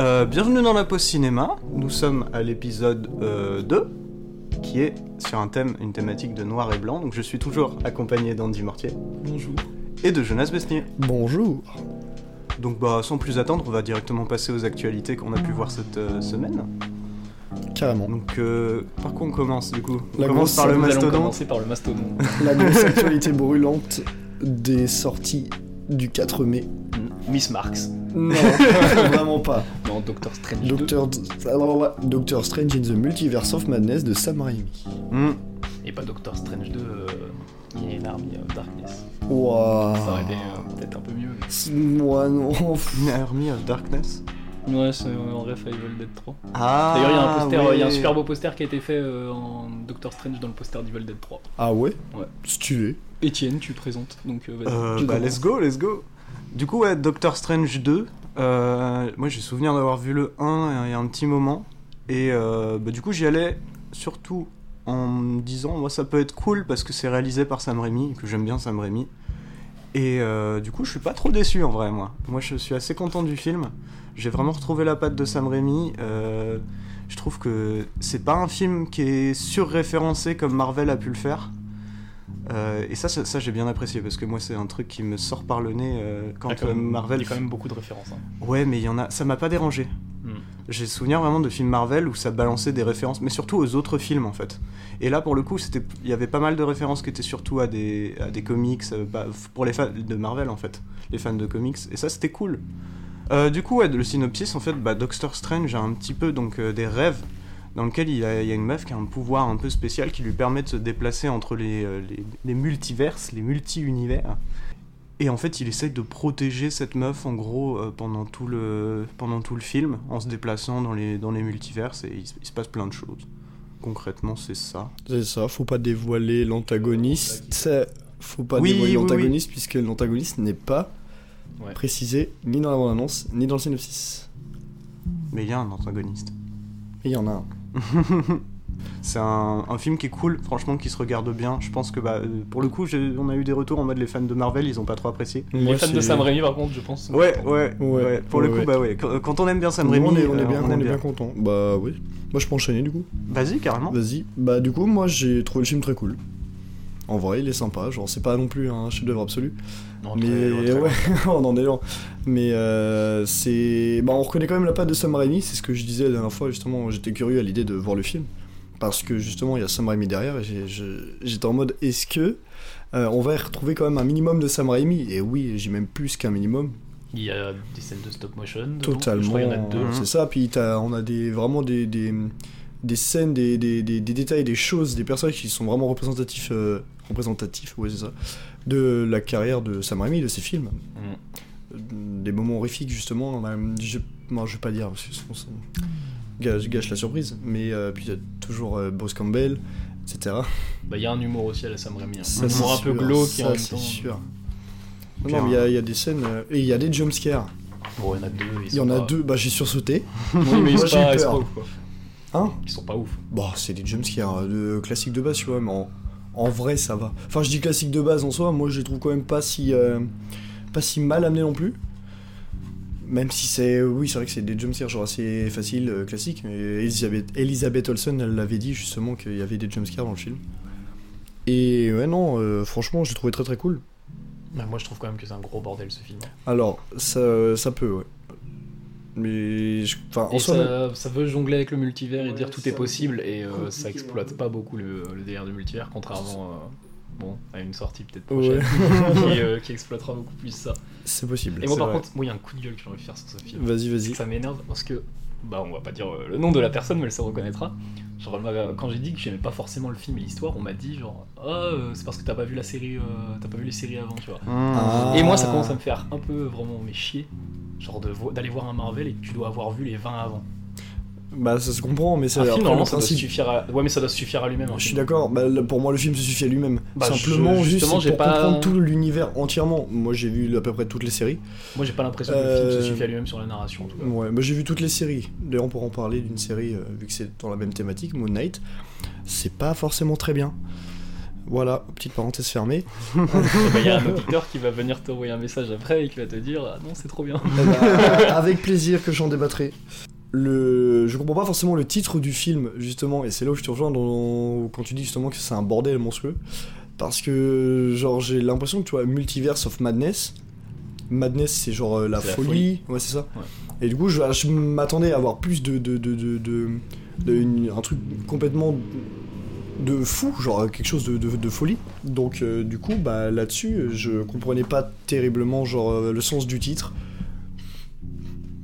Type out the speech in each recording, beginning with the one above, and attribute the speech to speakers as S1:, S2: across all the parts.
S1: Euh, bienvenue dans la pause cinéma. Nous sommes à l'épisode euh, 2, qui est sur un thème, une thématique de noir et blanc. Donc je suis toujours accompagné d'Andy Mortier
S2: Bonjour.
S1: et de Jonas Besnier.
S3: Bonjour.
S1: Donc bah, sans plus attendre, on va directement passer aux actualités qu'on a pu voir cette euh, semaine.
S3: Carrément.
S1: Donc euh, par quoi on commence du coup On
S3: La
S1: commence
S3: grosse
S1: par le
S2: Nous allons
S1: mastodonte.
S2: commencer par le mastodonte.
S3: La grosse actualité brûlante des sorties du 4 mai.
S2: Miss Marx.
S3: Non, vraiment pas.
S2: Non, Doctor Strange.
S3: Doctor... Doctor Strange in the Multiverse of Madness de Sam Raimi.
S1: Hmm.
S2: 2. Et pas Doctor Strange 2, euh, il y a une armée of euh, darkness.
S1: Ah.
S3: Waouh.
S2: Ça aurait été euh, peut-être un peu mieux.
S3: Moi non.
S1: Hmm. Une Army of Darkness.
S2: mais- Ouais, c'est en ref à Evil Dead 3.
S1: Ah.
S2: D'ailleurs, il y a un poster,
S1: ouais.
S2: il y a un super beau poster qui a été fait euh, en Doctor Strange dans le poster d'Evil Dead 3.
S3: Ah ouais
S2: Ouais.
S3: Stylé.
S2: Etienne, tu présentes, donc euh, vas-y.
S1: Euh,
S2: tu
S1: bah,
S2: commences.
S1: let's go, let's go. Du coup, ouais, Doctor Strange 2, euh, moi j'ai souvenir d'avoir vu le 1 il y a un petit moment. Et euh, bah, du coup, j'y allais surtout en me disant, moi ça peut être cool parce que c'est réalisé par Sam Raimi, que j'aime bien Sam Raimi. Et euh, du coup, je suis pas trop déçu en vrai, moi. Moi, je suis assez content du film. J'ai vraiment retrouvé la patte de Sam Raimi. Euh, je trouve que c'est pas un film qui est surréférencé comme Marvel a pu le faire. Euh, et ça, ça, ça, j'ai bien apprécié parce que moi, c'est un truc qui me sort par le nez euh, quand
S2: Ah, quand
S1: euh,
S2: même,
S1: Marvel.
S2: Il y a quand même beaucoup de références. hein.
S1: Ouais, mais il y en a. Ça m'a pas dérangé.
S2: Hmm.
S1: J'ai souvenir vraiment de films Marvel où ça balançait des références, mais surtout aux autres films en fait. Et là, pour le coup, c'était, il y avait pas mal de références qui étaient surtout à des, à des comics, euh, bah, f- pour les fans de Marvel en fait, les fans de comics. Et ça, c'était cool. Euh, du coup, ouais, le synopsis, en fait, bah, Doctor Strange a un petit peu donc euh, des rêves dans lesquels il, a- il y a une meuf qui a un pouvoir un peu spécial qui lui permet de se déplacer entre les, euh, les, les multiverses, les multi-univers. Et en fait, il essaye de protéger cette meuf, en gros, euh, pendant, tout le, pendant tout le film, en se déplaçant dans les, dans les multiverses, et il, se- il se passe plein de choses. Concrètement, c'est ça.
S3: C'est ça, faut pas dévoiler l'antagoniste. Faut pas
S1: Oui,
S3: dévoiler
S1: oui,
S3: l'antagoniste puisque l'antagoniste n'est pas
S2: Ouais.
S3: précisé ni dans la bande-annonce ni dans le synopsis.
S1: Mais il y a un antagoniste.
S3: Et il y en a un.
S1: C'est un, un film qui est cool, franchement, qui se regarde bien. Je pense que, bah, euh, pour le coup, j'ai- on a eu des retours en mode les fans de Marvel, ils ont pas trop apprécié.
S2: Les
S3: Moi,
S2: fans de
S3: c'est-
S2: Sam Raimi, par contre, je pense. sont
S1: Ouais,
S2: contents.
S1: ouais, ouais.
S3: Ouais,
S1: Pour le
S3: ouais,
S1: coup,
S3: ouais.
S1: bah ouais. Quand, quand on aime bien Sam
S3: Nous,
S1: Raimi,
S3: on est, on est
S1: euh,
S3: bien,
S1: on
S3: on est
S1: aime
S3: bien content. Bah oui. Moi je peux enchaîner du coup.
S1: Vas-y, carrément.
S3: Vas-y. Bah du coup moi j'ai trouvé le film très cool. En vrai il est sympa, genre c'est pas non plus un chef-d'œuvre absolu.
S2: Non, très-
S3: Mais
S2: très-
S3: ouais, on en est lent. Mais euh, c'est. Bah, on reconnaît quand même la patte de Sam Raimi, c'est ce que je disais la dernière fois, justement. J'étais curieux à l'idée de voir le film. Parce que justement, il y a Sam Raimi derrière, et j'ai- je- j'étais en mode est-ce que euh, on va y retrouver quand même un minimum de Sam Raimi Et oui, j'ai même plus qu'un minimum.
S2: Il y a des scènes de stop motion. dedans. Je
S3: Totalement.
S2: crois qu'il y en a deux. hein.
S1: Mhm.
S3: C'est ça, puis t'as- on a des, vraiment des, des, des scènes, des, des, des, des détails, des choses, des personnages qui sont vraiment représentatifs, euh, représentatifs ouais, c'est ça, de la carrière de Sam Raimi, de ses films.
S2: Mm.
S3: Des moments horrifiques, justement. on a- je, non, je vais pas dire, parce que sinon, ça gâche, gâche la surprise. Mais euh, puis il y a toujours euh, Bruce Campbell, etc.
S2: Bah, il y a un humour aussi à la Sam Raimi. hein.
S3: Ça,
S2: Un
S3: c'est
S2: humour un peu
S3: sûr,
S2: glauque et
S3: ça,
S2: en même
S3: c'est
S2: temps. euh,
S3: sûr. Non,
S1: Puis
S3: non, mais il y a- il y, a des scènes. euh, et il y a des jumpscares.
S2: Bon, il y en a deux. ils
S3: Il y
S2: sont
S3: en a
S2: pas-
S3: deux, bah j'ai sursauté.
S2: Oui, mais ils
S3: Moi,
S2: sont
S3: j'ai
S2: pas
S3: eu
S2: ils sont
S3: peur.
S2: pas ouf, quoi.
S3: Hein
S2: Ils sont pas ouf.
S3: Bah, c'est des jumpscares de classique de base, tu vois, mais en, en vrai, ça va. Enfin, je dis classique de base en soi, moi je les trouve quand même pas si, euh, pas si mal amenés non plus. Même si c'est. Oui, c'est vrai que c'est des jumpscares genre assez faciles, euh, classiques, mais Elisabeth, Elisabeth Olsen, elle l'avait dit justement qu'il y avait des jumpscares dans le film. Et ouais, non, euh, franchement, je l'ai trouvé très très cool.
S2: Bah, moi, je trouve quand même que c'est un gros bordel ce film.
S3: Alors, ça, ça peut, ouais. Mais. je- Enfin, en
S2: Et
S3: soi.
S2: ça, ça veut jongler avec le multivers et
S3: Ouais,
S2: dire tout
S3: ça-
S2: est possible, et euh,
S3: compliqué,
S2: ça exploite
S3: ouais.
S2: pas beaucoup le, le délire du multivers, contrairement euh, bon, à une sortie peut-être
S3: Ouais.
S2: prochaine qui, euh, qui exploitera beaucoup plus ça.
S3: C'est possible.
S2: Et moi,
S1: C'est
S2: par
S1: vrai.
S2: contre, moi, il y a un coup de gueule que j'ai envie de faire sur ce film.
S3: Vas-y, vas-y.
S2: Ça m'énerve parce que, bah, on va pas dire euh, le nom de la personne, mais elle se reconnaîtra. Genre, elle m'a- quand j'ai dit que j'aimais pas forcément le film et l'histoire, on m'a dit genre, ah, euh, c'est parce que t'as pas vu la série, euh, t'as pas vu les séries avant, tu vois.
S1: Hmm.
S2: Et moi, ça
S3: Ah.
S2: commence à me faire un peu vraiment mais chier, genre de vo- d'aller voir un Marvel et que tu dois avoir vu les 20 avant.
S3: Bah, ça se comprend, mais c'est.
S2: Un film,
S3: après, le
S2: normalement, Ah, ça doit
S3: principe-
S2: suffire à... Ouais, mais ça doit suffire à lui-même. hein, un
S3: Je suis
S2: film.
S3: d'accord, bah, le- pour moi le film se suffit à lui-même.
S2: Ah Bah,
S3: Simplement,
S2: je-
S3: juste
S2: justement,
S3: c'est
S2: j'ai
S3: pour
S2: pas-
S3: comprendre tout l'univers entièrement. Moi j'ai vu à peu près toutes les séries.
S2: Moi, j'ai pas l'impression que le film se
S3: Euh,
S2: suffit à lui-même sur la narration, en tout cas.
S3: Ouais, bah, j'ai vu toutes les séries. D'ailleurs, on pourra en parler d'une série, euh, vu que c'est dans la même thématique, Moon Knight. C'est pas forcément très bien. Voilà, petite parenthèse fermée.
S2: Bah, Il y a un auditeur qui va venir t'envoyer un message après et qui va te dire ah, non, c'est trop bien.
S3: Eh ben, avec plaisir que j'en débattrai. Le... Je comprends pas forcément le titre du film, justement, et c'est là où je te rejoins dans- quand tu dis justement que c'est un bordel monstrueux. Parce que, genre, j'ai l'impression que tu vois, Multiverse of Madness. Madness, c'est genre euh, la,
S2: C'est la
S3: folie.
S2: folie.
S3: Ouais, c'est ça.
S2: Ouais.
S3: Et du coup, je, je m'attendais à avoir plus de. de, de, de, de- de- une- un truc complètement de fou, genre euh, quelque chose de, de- de folie. Donc, euh, du coup, bah, là-dessus, euh, je comprenais pas terriblement, genre, euh, le sens du titre.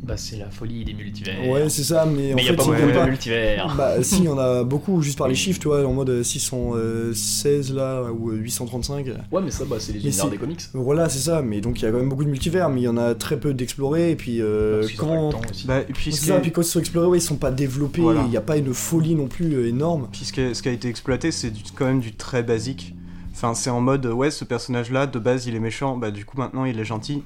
S2: Bah, c'est la folie des multivers.
S3: Ouais, c'est ça, mais, en
S2: mais il
S3: fait,
S2: n'y a pas
S3: ils
S2: beaucoup
S1: y
S3: veulent
S1: a
S2: de
S3: pas.
S2: multivers.
S3: Bah, si, il y en a beaucoup juste par les chiffres, tu vois, en mode euh, 616 là, ou euh, 835.
S2: Ouais, mais ça, bah, c'est les
S3: Mais
S2: univers
S3: c'est-
S2: des comics.
S3: Voilà, c'est ça, mais donc il y a quand même beaucoup de multivers, mais il y en a très peu d'explorés, et puis euh,
S2: Parce qu'ils ont
S3: quand.
S2: pas le temps aussi.
S1: Bah, et puis,
S3: C'est
S1: ce
S3: ça,
S1: qui-
S3: puis quand ils sont explorés, ouais, ils sont pas développés, il
S1: Voilà.
S3: n'y a pas une folie non plus euh, énorme.
S1: Puis ce qui a, ce qui a été exploité, c'est du- quand même du très basique. Enfin, c'est en mode, euh, ouais, ce personnage-là, de base, il est méchant, bah du coup, maintenant, il est gentil.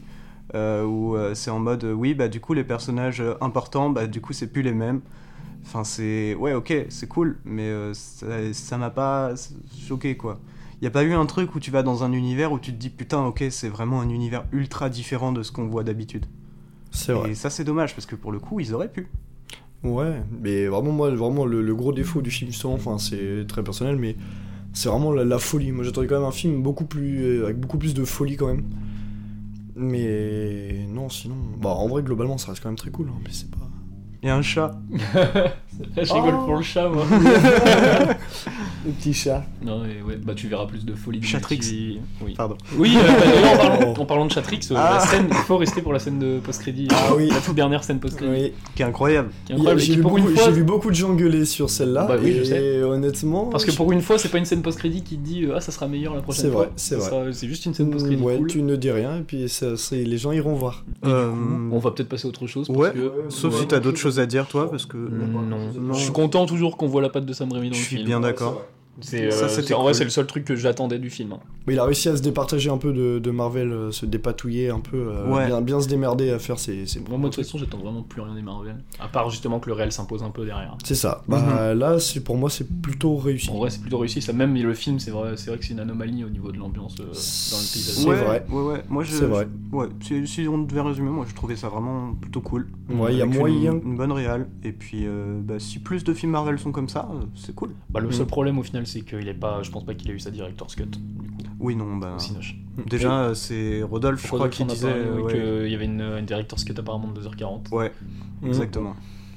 S1: Euh, ou euh, c'est en mode, euh, oui, bah du coup, les personnages euh, importants, bah du coup, c'est plus les mêmes. Enfin, c'est... Ouais, ok, c'est cool, mais euh, ça ça m'a pas choqué, quoi. Il n'y a pas eu un truc où tu vas dans un univers où tu te dis, putain, ok, c'est vraiment un univers ultra différent de ce qu'on voit d'habitude.
S3: C'est
S1: Et ça, c'est dommage, parce que pour le coup, ils auraient pu.
S3: Ouais, mais vraiment, moi, vraiment, le, le gros défaut du film, justement, enfin, c'est très personnel, mais c'est vraiment la, la folie. Moi, j'attendais quand même un film beaucoup plus, euh, avec beaucoup plus de folie, quand même. Mais non, sinon. Bah, en vrai, globalement, ça reste quand même très cool, hein, mais c'est pas.
S1: Il y a un chat.
S2: Je rigole
S3: Oh.
S2: pour le chat, moi.
S3: Le petit chat.
S2: non, mais ouais, bah, tu verras plus de folie. des
S1: Chatrix.
S2: multi- Oui.
S1: Pardon.
S2: Oui, euh, bah, d'ailleurs, en, parlant, en parlant de Chatrix, euh, la
S1: Ah.
S2: scène, il faut rester pour la scène de post-crédit.
S3: Ah oui.
S2: La toute dernière scène post-crédit.
S3: Oui.
S1: Qui est incroyable.
S2: Qui est incroyable, et
S3: J'ai
S2: qui,
S3: vu,
S2: pour
S3: beaucoup-
S2: une fois,
S3: j'ai vu beaucoup de gens gueuler sur celle-là,
S2: Bah oui, je
S3: et
S2: sais.
S3: honnêtement.
S2: Parce que
S3: je-
S2: pour une fois, c'est pas une scène post-crédit qui te dit euh, ah ça sera meilleur la prochaine
S3: C'est
S2: fois.
S3: vrai, c'est
S2: Ça
S3: vrai.
S2: sera- C'est juste une scène post-crédit
S3: Ouais,
S2: cool.
S3: tu ne dis rien, et puis ça, c'est- les gens iront voir.
S1: Euh,
S2: On va peut-être passer à autre chose. Parce
S1: Ouais, Mm.
S2: que...
S1: Sauf
S3: Ouais.
S1: si t'as d'autres choses à dire, toi, parce que.
S2: Non.
S1: Non.
S2: Je suis content toujours qu'on voit la patte de Sam Raimi dans
S1: Je
S2: le film.
S1: suis bien d'accord.
S2: C'est, euh,
S1: Ça,
S2: c'est-
S1: c'était
S2: en vrai,
S1: cool.
S2: c'est le seul truc que j'attendais du film. hein.
S3: Mais il a réussi à se départager un peu de, de Marvel, euh, se dépatouiller un peu, euh,
S1: Ouais.
S3: bien, bien se démerder à faire ses, ses
S2: Moi, moi, de toute façon, j'attends vraiment plus rien des Marvel. À part justement que le réel s'impose un peu derrière.
S3: C'est ça. Bah,
S2: Mhm.
S3: Là, c'est pour moi, c'est plutôt réussi.
S2: En vrai, c'est plutôt réussi. Ça, même le film, c'est vrai, c'est vrai que c'est une anomalie au niveau de l'ambiance euh, dans le paysage.
S3: C'est
S1: ouais,
S3: vrai.
S1: Ouais, ouais. Moi, je,
S3: C'est vrai.
S1: je- ouais, si, si on devait résumer, moi, je trouvais ça vraiment plutôt cool.
S3: Ouais, il y a
S1: Avec
S3: moyen.
S1: Une, une bonne réal. Et puis, euh, bah, si plus de films Marvel sont comme ça, euh, c'est cool.
S2: Bah, le seul problème au final, c'est qu'il est pas. Je pense pas qu'il a eu sa director's cut. Du coup,
S1: Oui, non, bah.
S2: au Cinoche.
S1: Déjà, euh, c'est Rodolphe, je crois,
S2: Rodolphe
S1: qui
S2: en a
S1: disait.
S2: parlé, oui,
S1: ouais,
S2: qu'il y avait une, une director's cut apparemment de 2h40.
S1: ouais,
S3: Mhm.
S1: exactement.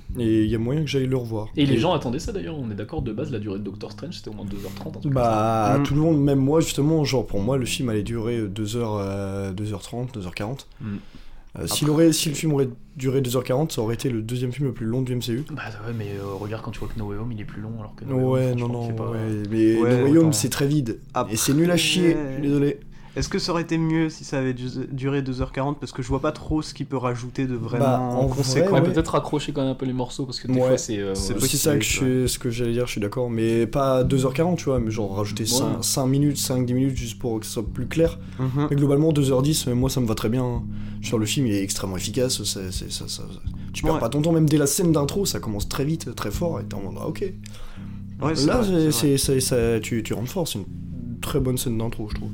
S3: mm. Et il y a moyen que j'aille le revoir.
S2: Et les gens attendaient ça d'ailleurs, on est d'accord, de base la durée de Doctor Strange c'était au moins 2h30. un truc
S3: Bah,
S1: Mhm.
S3: tout le monde, même moi, justement, genre pour moi, le film allait durer euh, 2h, euh, 2h30, 2h40.
S1: Mm.
S2: Mhm.
S3: Euh, S'il aurait, si le film aurait duré 2h40, ça aurait été le deuxième film le plus long du MCU.
S2: comme ça. Bah ouais, mais euh, regarde quand tu vois que No Way Home il est plus long alors que No Way Home,
S3: Ouais, non,
S2: franchement,
S3: non,
S2: c'est pas-
S3: ouais. Mais
S1: Ouais,
S3: le royaume,
S1: attends.
S3: c'est très vide.
S1: Après-
S3: Et c'est nul à chier, je suis désolé.
S1: Est-ce que ça aurait été mieux si ça avait du- duré 2h40 Parce que je vois pas trop ce qu'il peut rajouter de vraiment
S3: Bah, en vrai,
S1: conséquent.
S2: Ouais,
S3: ouais.
S2: peut-être raccrocher quand même un peu les morceaux parce que des
S3: Ouais.
S2: fois c'est. euh,
S1: C'est
S2: ouais.
S1: possible,
S3: C'est ça que je,
S1: tu vois.
S3: suis- ce que j'allais dire, je suis d'accord, mais pas 2h40, tu vois, mais genre rajouter
S2: Ouais.
S3: 5, minutes, 5-10 minutes juste pour que ce soit plus clair.
S1: Mhm.
S3: Mais globalement, 2h10, euh, moi ça me va très bien. hein. Genre, le film il est extrêmement efficace, c'est- c'est- ça, ça- ça- tu perds
S1: Ouais.
S3: pas ton temps, même dès la scène d'intro, ça commence très vite, très fort, et t'es en mode ah, ok.
S1: Ouais, c'est
S3: Là,
S1: vrai,
S3: c'est-
S1: c'est vrai.
S3: c'est- c'est- ça- tu, tu rentres fort, c'est une très bonne scène d'intro, je trouve.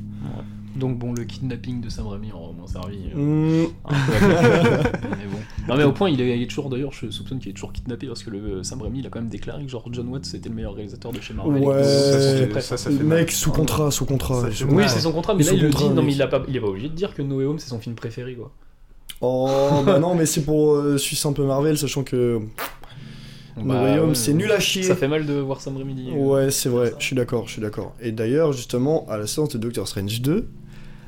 S2: Donc bon, le kidnapping de Sam Raimi aura au moins servi. euh,
S3: Mm,
S2: un peu à- mais bon. Non mais au point, il est, il est toujours d'ailleurs, je soupçonne qu'il est toujours kidnappé parce que le euh, Sam Raimi il a quand même déclaré que genre John Watts c'était le meilleur réalisateur de chez Marvel. et que
S3: Ouais.
S2: ça, c'était
S1: Ça,
S2: prêt.
S1: ça, ça fait
S3: Hum, mec,
S1: mal.
S3: sous contrat, sous contrat.
S1: Ça
S3: je-
S1: fait mal.
S2: Oui,
S1: Ouais.
S2: c'est son contrat, mais
S3: Ils
S2: là
S3: sont
S2: il le
S3: contraints,
S2: dit. Non,
S3: mec.
S2: mais il, a pas, il est pas obligé de dire que No Way Home c'est son film préféré quoi.
S3: Oh, bah non, mais c'est pour euh, suivre un peu Marvel, sachant que le
S2: Bah,
S3: royaume,
S2: ouais.
S3: c'est nul à chier.
S2: Ça fait mal de voir Sam Raimi dire.
S3: euh, Ouais, c'est vrai, je suis d'accord, je suis d'accord. Et d'ailleurs, justement, à la séance de Doctor Strange 2,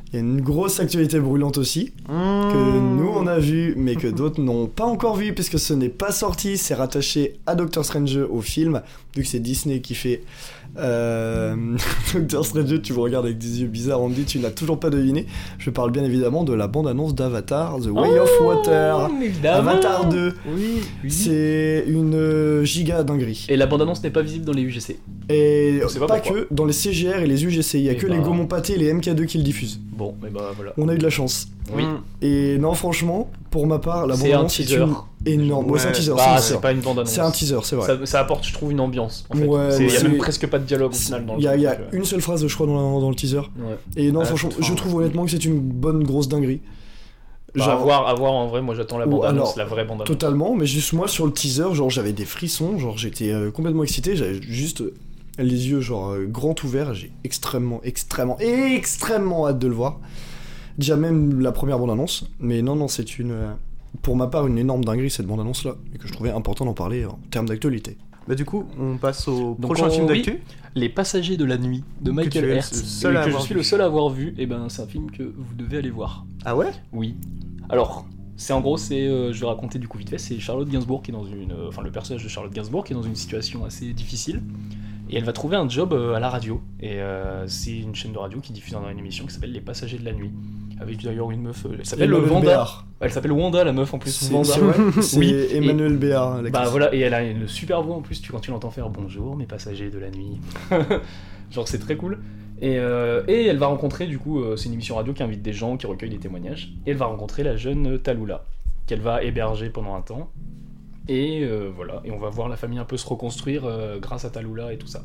S3: il y a une grosse actualité brûlante aussi, que
S1: Hmm.
S3: nous on a vu, mais que d'autres n'ont pas encore vu, puisque ce n'est pas sorti, c'est rattaché à Doctor Strange 2 au film, vu que c'est Disney qui fait euh, Doctor Strange 2, tu me regardes avec des yeux bizarres, on me dit tu n'as toujours pas deviné. Je parle bien évidemment de la bande-annonce d'Avatar, The Way of Water. Avatar 2,
S2: Oh, Oui,
S3: c'est une euh, giga dinguerie.
S2: Et la bande-annonce n'est pas visible dans les UGC.
S3: Et
S2: On sait pas
S3: pas
S2: pourquoi.
S3: que, dans les CGR et les UGC, il y a
S2: Et
S3: que
S2: bah.
S3: les Gaumont Pâté et les MK2 qui le diffusent.
S2: Bon, mais bah voilà.
S3: On a eu de la chance.
S2: Oui.
S1: Mm.
S3: Et non, franchement, pour ma part, la
S2: C'est un
S3: bande-annonce c'est
S2: teaser.
S3: une énorme. Ouais, c'est un
S1: Ouais,
S3: teaser,
S2: Bah,
S3: c'est
S2: c'est
S3: un teaser.
S2: pas une bande annonce.
S3: C'est un teaser, c'est vrai.
S2: Ça, ça apporte, je trouve, une ambiance. En fait.
S3: Ouais,
S2: C'est- Il y a
S3: ouais.
S2: même presque pas de dialogue au final dans le
S3: Il y a,
S2: truc,
S3: il y a
S2: donc,
S3: une seule phrase, je crois, dans, la- dans le teaser.
S2: euh, ouais.
S3: Et non,
S1: Ah,
S3: franchement,
S1: putain.
S3: je trouve honnêtement que c'est une bonne grosse dinguerie.
S2: Bah, à voir, à voir, en vrai, moi j'attends la
S3: Ou
S2: bande annonce,
S3: alors,
S2: la vraie bande annonce.
S3: Totalement, mais juste moi sur le teaser, genre j'avais des frissons, genre j'étais euh, complètement excité, j'avais juste euh, les yeux genre euh, grands ouverts, j'ai extrêmement, extrêmement, extrêmement hâte de le voir. Déjà même la première bande-annonce, mais non, non, c'est une, euh, pour ma part, une énorme dinguerie cette bande-annonce-là, et que je trouvais important d'en parler en termes d'actualité.
S1: Bah du coup, on passe au
S2: Donc,
S1: prochain
S2: on-
S1: film
S2: oui.
S1: d'actu.
S2: Les Passagers de la Nuit de
S1: Que
S2: Michael
S1: tu es le
S2: Hertz,
S1: seul
S2: et
S1: à
S2: que je
S1: avoir
S2: suis
S1: vu.
S2: le seul à avoir vu, et ben c'est un film que vous devez aller voir.
S1: Ah ouais
S2: Oui. Alors, c'est en gros, c'est, euh, je vais raconter du coup vite fait, c'est Charlotte Gainsbourg qui est dans une, euh, enfin le personnage de Charlotte Gainsbourg qui est dans une situation assez difficile, et elle va trouver un job euh, à la radio, et euh, c'est une chaîne de radio qui diffuse une émission qui s'appelle Les Passagers de la Nuit, avec d'ailleurs une meuf, euh, elle s'appelle
S3: Emmanuel
S2: Wanda,
S3: Béard.
S2: elle s'appelle Wanda la meuf en plus,
S3: C'est
S2: Wanda.
S3: c'est vrai, c'est
S2: Oui,
S3: Emmanuel Béard, la
S2: Bah
S3: crise.
S2: voilà, et elle a une super voix en plus, tu, quand tu l'entends faire bonjour mes passagers de la nuit. Genre c'est très cool. Et, euh, et elle va rencontrer, du coup, euh, c'est une émission radio qui invite des gens, qui recueille des témoignages. Et elle va rencontrer la jeune Talula, qu'elle va héberger pendant un temps. Et euh, voilà, et on va voir la famille un peu se reconstruire euh, grâce à Talula et tout ça.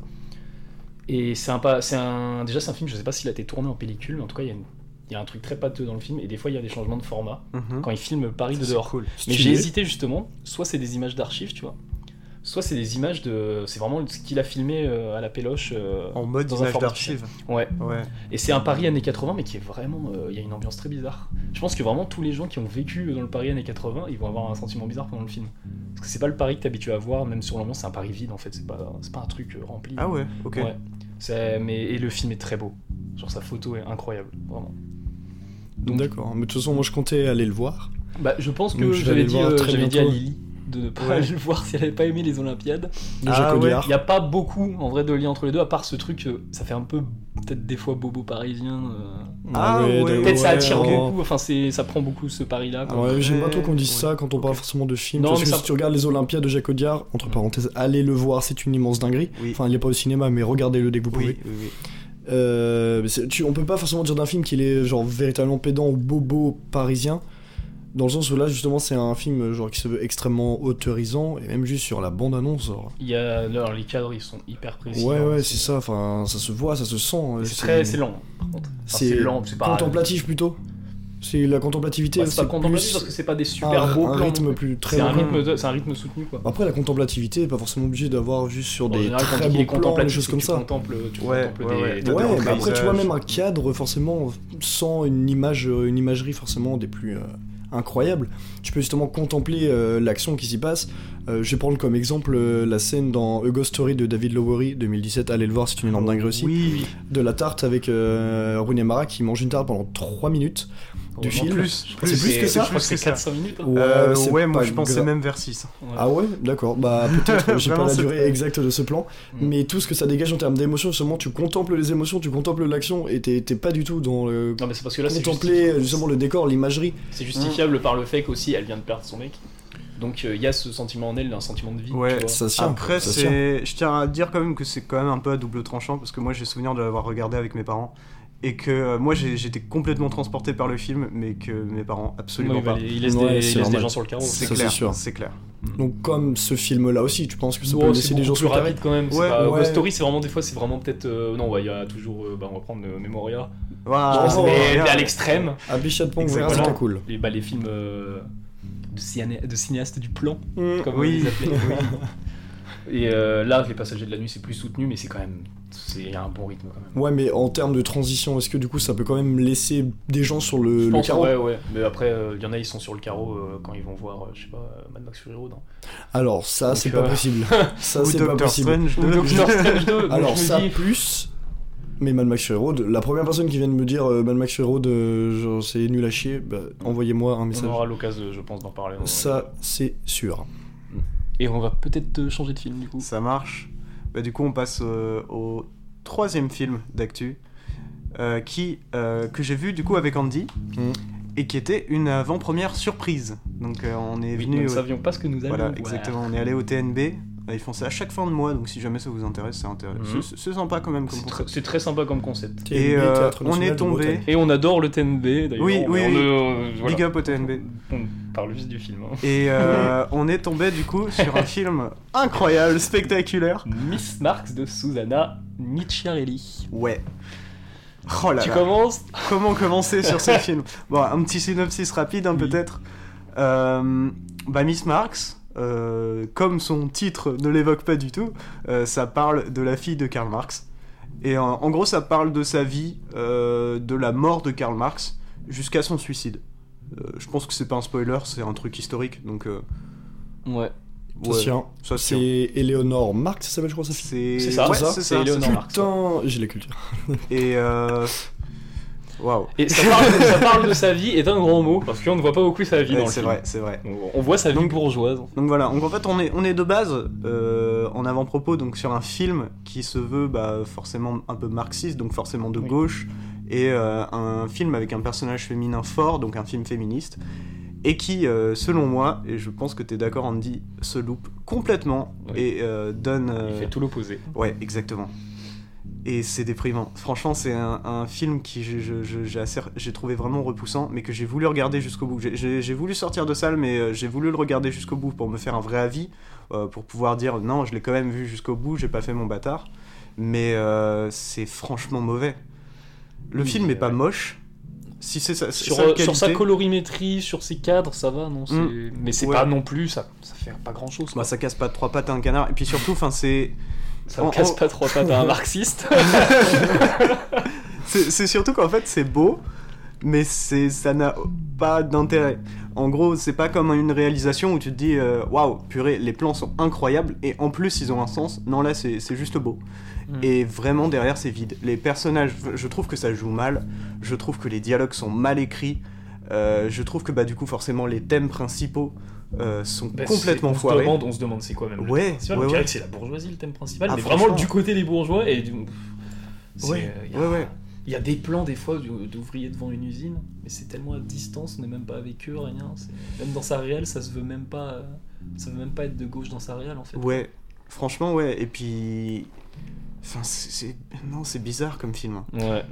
S2: Et c'est un, pas- c'est un. Déjà, c'est un film, je sais pas s'il a été tourné en pellicule, mais en tout cas, il y, a une- il y a un truc très pâteux dans le film. Et des fois, il y a des changements de format
S1: Mhm.
S2: quand ils filment Paris de
S1: C'est
S2: dehors.
S1: cool.
S2: Mais
S3: Stylé.
S2: j'ai hésité justement, soit c'est des images d'archives, tu vois, soit c'est des images de. C'est vraiment ce qu'il a filmé euh, à la péloche. euh,
S3: Oh.
S1: En mode
S2: Dans un
S1: image
S2: format
S1: d'archive.
S2: Ouais.
S1: Ouais.
S2: Et c'est un Paris années 80, mais qui est vraiment. euh, Il y a une ambiance très bizarre. Je pense que vraiment tous les gens qui ont vécu dans le Paris années 80, ils vont avoir un sentiment bizarre pendant le film. Parce que c'est pas le Paris que t'es habitué à voir, même sur l'ambiance, c'est un Paris vide en fait, c'est pas, c'est pas un truc euh, rempli.
S1: Ah ouais, ok.
S2: Ouais. C'est- Mais, et le film est très beau. Genre sa photo est incroyable, vraiment. Donc,
S3: D'accord, mais de toute façon, moi je comptais aller le voir.
S2: bah, je pense que
S3: Donc, je vais
S2: j'avais
S3: aller le
S2: dit,
S3: voir
S2: euh,
S3: très
S2: j'avais dit à
S3: bientôt.
S2: Lily de ne pas
S1: Ouais.
S2: aller le voir si elle avait pas aimé les Olympiades.
S3: De
S1: Ah
S3: Jacques
S1: ouais.
S3: Audiard.
S2: Il n'y a pas beaucoup en vrai de lien entre les deux, à part ce truc, euh, ça fait un peu peut-être des fois bobo parisien. euh.
S1: Ah ouais,
S3: d'accord.
S2: Peut-être ça attire
S1: ok.
S3: non.
S2: beaucoup, enfin c'est, ça prend beaucoup ce pari-là.
S3: Ah
S2: quoi.
S3: ouais, j'aime pas trop qu'on dise
S1: Ouais.
S3: ça quand on parle
S1: Ok.
S3: forcément de films.
S2: Non,
S3: parce
S2: mais
S3: que
S2: ça-
S3: si tu regardes les Olympiades de Jacques Audiard, entre parenthèses, allez le voir, c'est une immense dinguerie.
S1: Oui.
S3: Enfin, il est pas au cinéma, mais regardez-le dès que vous pouvez.
S1: oui, oui, oui.
S3: Euh, mais c'est- tu, on peut pas forcément dire d'un film qu'il est genre véritablement pédant ou bobo parisien. Dans le sens où là, justement, c'est un film euh, genre qui se veut extrêmement autorisant, et même juste sur la bande-annonce. genre.
S2: Il y a, alors, les cadres ils sont hyper précis.
S3: Ouais,
S2: hein,
S3: ouais, c'est ça, enfin, ça se voit, ça se sent. euh,
S2: C'est, très, c'est lent. par contre. Enfin,
S3: c'est
S2: c'est lent, c'est pas.
S3: contemplatif plutôt. C'est la contemplativité,
S2: Ouais, c'est pas contemplatif
S3: plus
S2: parce que c'est pas des super
S3: un,
S2: beaux
S3: un
S2: plans.
S3: rythme plus très
S2: c'est, un
S3: lent.
S2: rythme de- c'est un rythme soutenu quoi.
S3: Après, la contemplativité est pas forcément obligée d'avoir juste sur
S2: En
S3: des
S2: général, quand
S3: très beaux
S2: il est
S3: plans, des
S2: contemplatif,
S3: choses
S2: c'est que
S3: comme
S2: tu
S3: ça.
S2: contemples, tu
S1: Ouais,
S2: contemples
S1: ouais, ouais.
S2: des,
S1: T'as
S3: Ouais,
S1: des
S3: mais
S1: paysages.
S3: après, tu vois, même un cadre, forcément, sans une image, euh, une imagerie forcément des plus euh, incroyables, tu peux justement contempler euh, l'action qui s'y passe. Euh, je vais prendre comme exemple euh, la scène dans A Ghost Story de David Lowery, 2017, allez le voir, c'est une
S2: Oh,
S3: énorme dinguerie aussi,
S1: Oui,
S3: de la tarte avec euh, Rooney Mara qui mange une tarte pendant 3 minutes. du
S2: Vraiment,
S3: film.
S1: Plus,
S2: je crois
S1: plus,
S3: plus que ça,
S2: Je crois que c'est
S1: ça.
S2: 400 minutes. hein.
S1: Euh,
S3: c'est
S1: ouais, moi
S3: pas
S1: je pense que c'est
S3: grave.
S1: même vers 6.
S2: Ouais.
S3: Ah ouais, d'accord. Bah peut-être, j'ai pas
S1: Vraiment,
S3: la
S1: c'est
S3: durée
S1: très-
S3: exacte de ce plan,
S2: Mm.
S3: mais tout ce que ça dégage en termes d'émotions, seulement tu contemples les émotions, tu contemples l'action, et t'es t'es pas du tout dans le...
S2: Non, mais c'est parce que là, c'est
S3: contempler
S2: justifié.
S3: justement le décor, l'imagerie.
S2: C'est justifiable par le fait qu'aussi elle vient de perdre son mec. Donc euh, il y a ce sentiment en elle, un sentiment de vie.
S1: Ouais,
S2: tu vois.
S3: Ça se tient.
S1: Après,
S3: ça se tient.
S1: c'est... je tiens à dire quand même que c'est quand même un peu à double tranchant parce que moi j'ai souvenir de l'avoir regardé avec mes parents et que euh, moi j'ai- j'étais complètement transporté par le film mais que mes parents absolument
S2: Ouais, bah,
S1: pas.
S2: il laisse,
S3: Ouais,
S2: des, il
S3: c'est
S2: laisse des
S3: normal.
S2: gens sur le carreau.
S1: C'est
S3: Ça, c'est
S1: clair,
S3: sûr.
S1: c'est clair.
S3: Donc comme ce film-là aussi, tu penses que ça
S2: Bon,
S3: peut
S2: c'est
S3: laisser des
S2: beaucoup
S3: gens
S2: plus
S3: sur le
S2: rapide
S3: carré
S2: quand même. c'est
S1: Ouais,
S2: pas-
S3: ouais.
S2: Ghost Story, c'est vraiment des fois, c'est vraiment peut-être. euh, non, ouais, il y a toujours. euh, bah, on va prendre euh, Memoria.
S1: Ouah,
S3: pense-
S1: ouais,
S2: mais
S1: ouais.
S2: à l'extrême,
S3: À Bichat Pong,
S1: Exactement.
S3: c'est très cool.
S2: les, bah, les films euh, de, ciné- de cinéastes du plan, comme
S1: Mmh, oui.
S2: on les appelait. Et euh, là, Les Passagers de la Nuit, c'est plus soutenu, mais c'est quand même. c'est- Il y a un bon rythme quand même.
S3: Ouais, mais en termes de transition, est-ce que du coup ça peut quand même laisser des gens sur Euh, le,
S2: Je
S3: le
S2: pense,
S3: carreau
S2: ouais, ouais. Mais après, il y en a, ils sont sur le carreau euh, quand ils vont voir, euh, je sais pas, euh, Mad Max Fury Road. hein.
S3: Alors ça,
S2: Donc,
S3: c'est
S2: euh,
S3: pas possible. ça,
S1: Ou
S3: c'est pas
S1: Doctor
S3: possible.
S1: Strange
S2: Ou
S1: 2.
S2: Doctor Strange 2. donc
S3: Alors
S2: je me
S3: ça
S2: dis-
S3: plus. Mais Mad Max Fury Road, la première personne qui vient de me dire euh, Mad Max Fury Road, euh, genre, c'est nul à chier, bah, envoyez-moi un
S2: On
S3: message.
S2: aura l'occasion, de- je pense, d'en parler.
S3: Ça, c'est sûr.
S2: Et on va peut-être euh, changer de film du coup.
S1: Ça marche. Bah, du coup, on passe euh, au troisième film d'actu euh, qui euh, que j'ai vu du coup avec Andy
S3: Mm.
S1: et qui était une avant-première surprise. Donc euh, on est
S2: Oui,
S1: venu
S2: nous ne
S1: au-
S2: savions pas ce que nous allions
S1: voilà
S2: voir.
S1: exactement, on est allé au TNB Euh, Ils font ça à chaque fin de mois, donc si jamais ça vous intéresse, c'est intéressant.
S2: Mhm.
S1: C'est- C'est sympa quand même comme
S2: C'est
S1: concept.
S2: tr- C'est très sympa comme concept.
S3: TNB,
S1: Et euh,
S3: Théâtre
S1: on
S3: National
S1: est
S3: de
S1: tombé.
S3: Bretagne.
S2: Et on adore le TNB d'ailleurs.
S1: Oui,
S2: mais
S1: oui,
S2: on
S1: oui.
S2: ne- euh, voilà.
S1: Big up au TNB.
S2: On parle juste du film. hein.
S1: Et euh, on est tombé du coup sur un film incroyable, spectaculaire.
S2: Miss Marx de Susanna Nicciarelli.
S1: Ouais. Oh là
S2: tu
S1: là.
S2: commences
S1: Comment commencer sur ce film Bon, un petit synopsis rapide, hein,
S2: Oui.
S1: peut-être. Euh, bah, Miss Marx, euh, comme son titre ne l'évoque pas du tout, euh, ça parle de la fille de Karl Marx. Et en, en gros, ça parle de sa vie, euh, de la mort de Karl Marx jusqu'à son suicide. Euh, je pense que c'est pas un spoiler, c'est un truc historique, donc euh,
S2: Ouais.
S3: Ça
S1: ouais,
S3: se tient.
S1: ça se
S3: C'est
S1: tient.
S3: Éléonore Marx, ça s'appelle, je crois, sa
S1: C'est
S3: fille.
S2: C'est ça,
S1: ouais,
S3: c'est ça,
S1: c'est
S2: c'est
S1: ça.
S2: Éléonore. Marx,
S3: Putain, j'ai la culture.
S1: Et euh, waouh,
S2: Et ça parle, ça parle de sa vie est un grand mot, parce qu'on ne voit pas beaucoup sa vie
S1: Ouais,
S2: dans le
S1: c'est
S2: film.
S1: vrai, c'est vrai.
S2: On- On voit sa vie
S1: Donc-
S2: bourgeoise.
S1: Donc voilà, donc en fait on est, on est de base euh, en avant-propos donc sur un film qui se veut bah, forcément un peu marxiste, donc forcément de
S2: Oui.
S1: gauche, et euh, un film avec un personnage féminin fort, donc un film féministe, et qui, euh, selon moi, et je pense que t'es d'accord Andy, se loupe complètement
S2: Oui.
S1: et euh, donne...
S2: Il
S1: euh,
S2: fait tout l'opposé.
S1: Ouais, exactement. Et c'est déprimant. Franchement, c'est un, un film qui je- je- je- j'ai assez- j'ai trouvé vraiment repoussant, mais que j'ai voulu regarder jusqu'au bout. J'ai- J'ai j'ai voulu sortir de salle, mais euh, j'ai voulu le regarder jusqu'au bout pour me faire un vrai avis, euh, pour pouvoir dire non, je l'ai quand même vu jusqu'au bout, j'ai pas fait mon bâtard. Mais euh, c'est franchement mauvais. Le
S2: Oui,
S1: film est
S2: euh,
S1: pas
S2: ouais.
S1: moche. Si c'est ça, c'est
S2: Sur,
S1: ça le
S2: euh, sur sa
S1: qualité.
S2: colorimétrie, sur ses cadres, ça va, non c'est-
S1: Mm.
S2: Mais c'est
S1: Ouais.
S2: pas non plus, ça, ça fait pas grand chose.
S1: Bah, ça casse pas trois pattes à un canard. Et puis surtout, enfin c'est
S2: Ça
S1: on-
S2: casse
S1: on-
S2: pas trois pattes à un marxiste.
S1: C'est c'est surtout qu'en fait, c'est beau, mais c'est ça n'a pas d'intérêt. En gros, c'est pas comme une réalisation où tu te dis euh, waouh, purée, les plans sont incroyables et en plus ils ont un sens. Non, là, c'est c'est juste beau.
S2: Mm.
S1: Et vraiment, derrière, c'est vide. Les personnages, je trouve que ça joue mal, je trouve que les dialogues sont mal écrits, euh, je trouve que bah, du coup, forcément, les thèmes principaux euh, sont
S2: Bah,
S1: complètement
S2: c'est- on se
S1: foirés.
S2: demande- on se demande c'est quoi même. le
S1: Ouais,
S2: thème principal.
S1: ouais,
S2: On dirait
S1: ouais.
S2: que c'est la bourgeoisie le thème principal,
S1: Ah,
S2: mais vraiment
S1: franchement.
S2: du côté des bourgeois. Et du... c'est,
S1: Ouais,
S2: euh, y a-
S1: ouais, ouais.
S2: Il y a des plans des fois d'ou- d'ouvriers devant une usine, mais c'est tellement à distance, on n'est même pas avec eux, rien. c'est- Même dans sa réelle, ça se veut même pas, euh, ça veut même pas être de gauche dans sa réelle en fait.
S1: Ouais, franchement, ouais. Et puis. Enfin, c'est. c'est- Non, c'est bizarre comme film. hein.
S2: Ouais.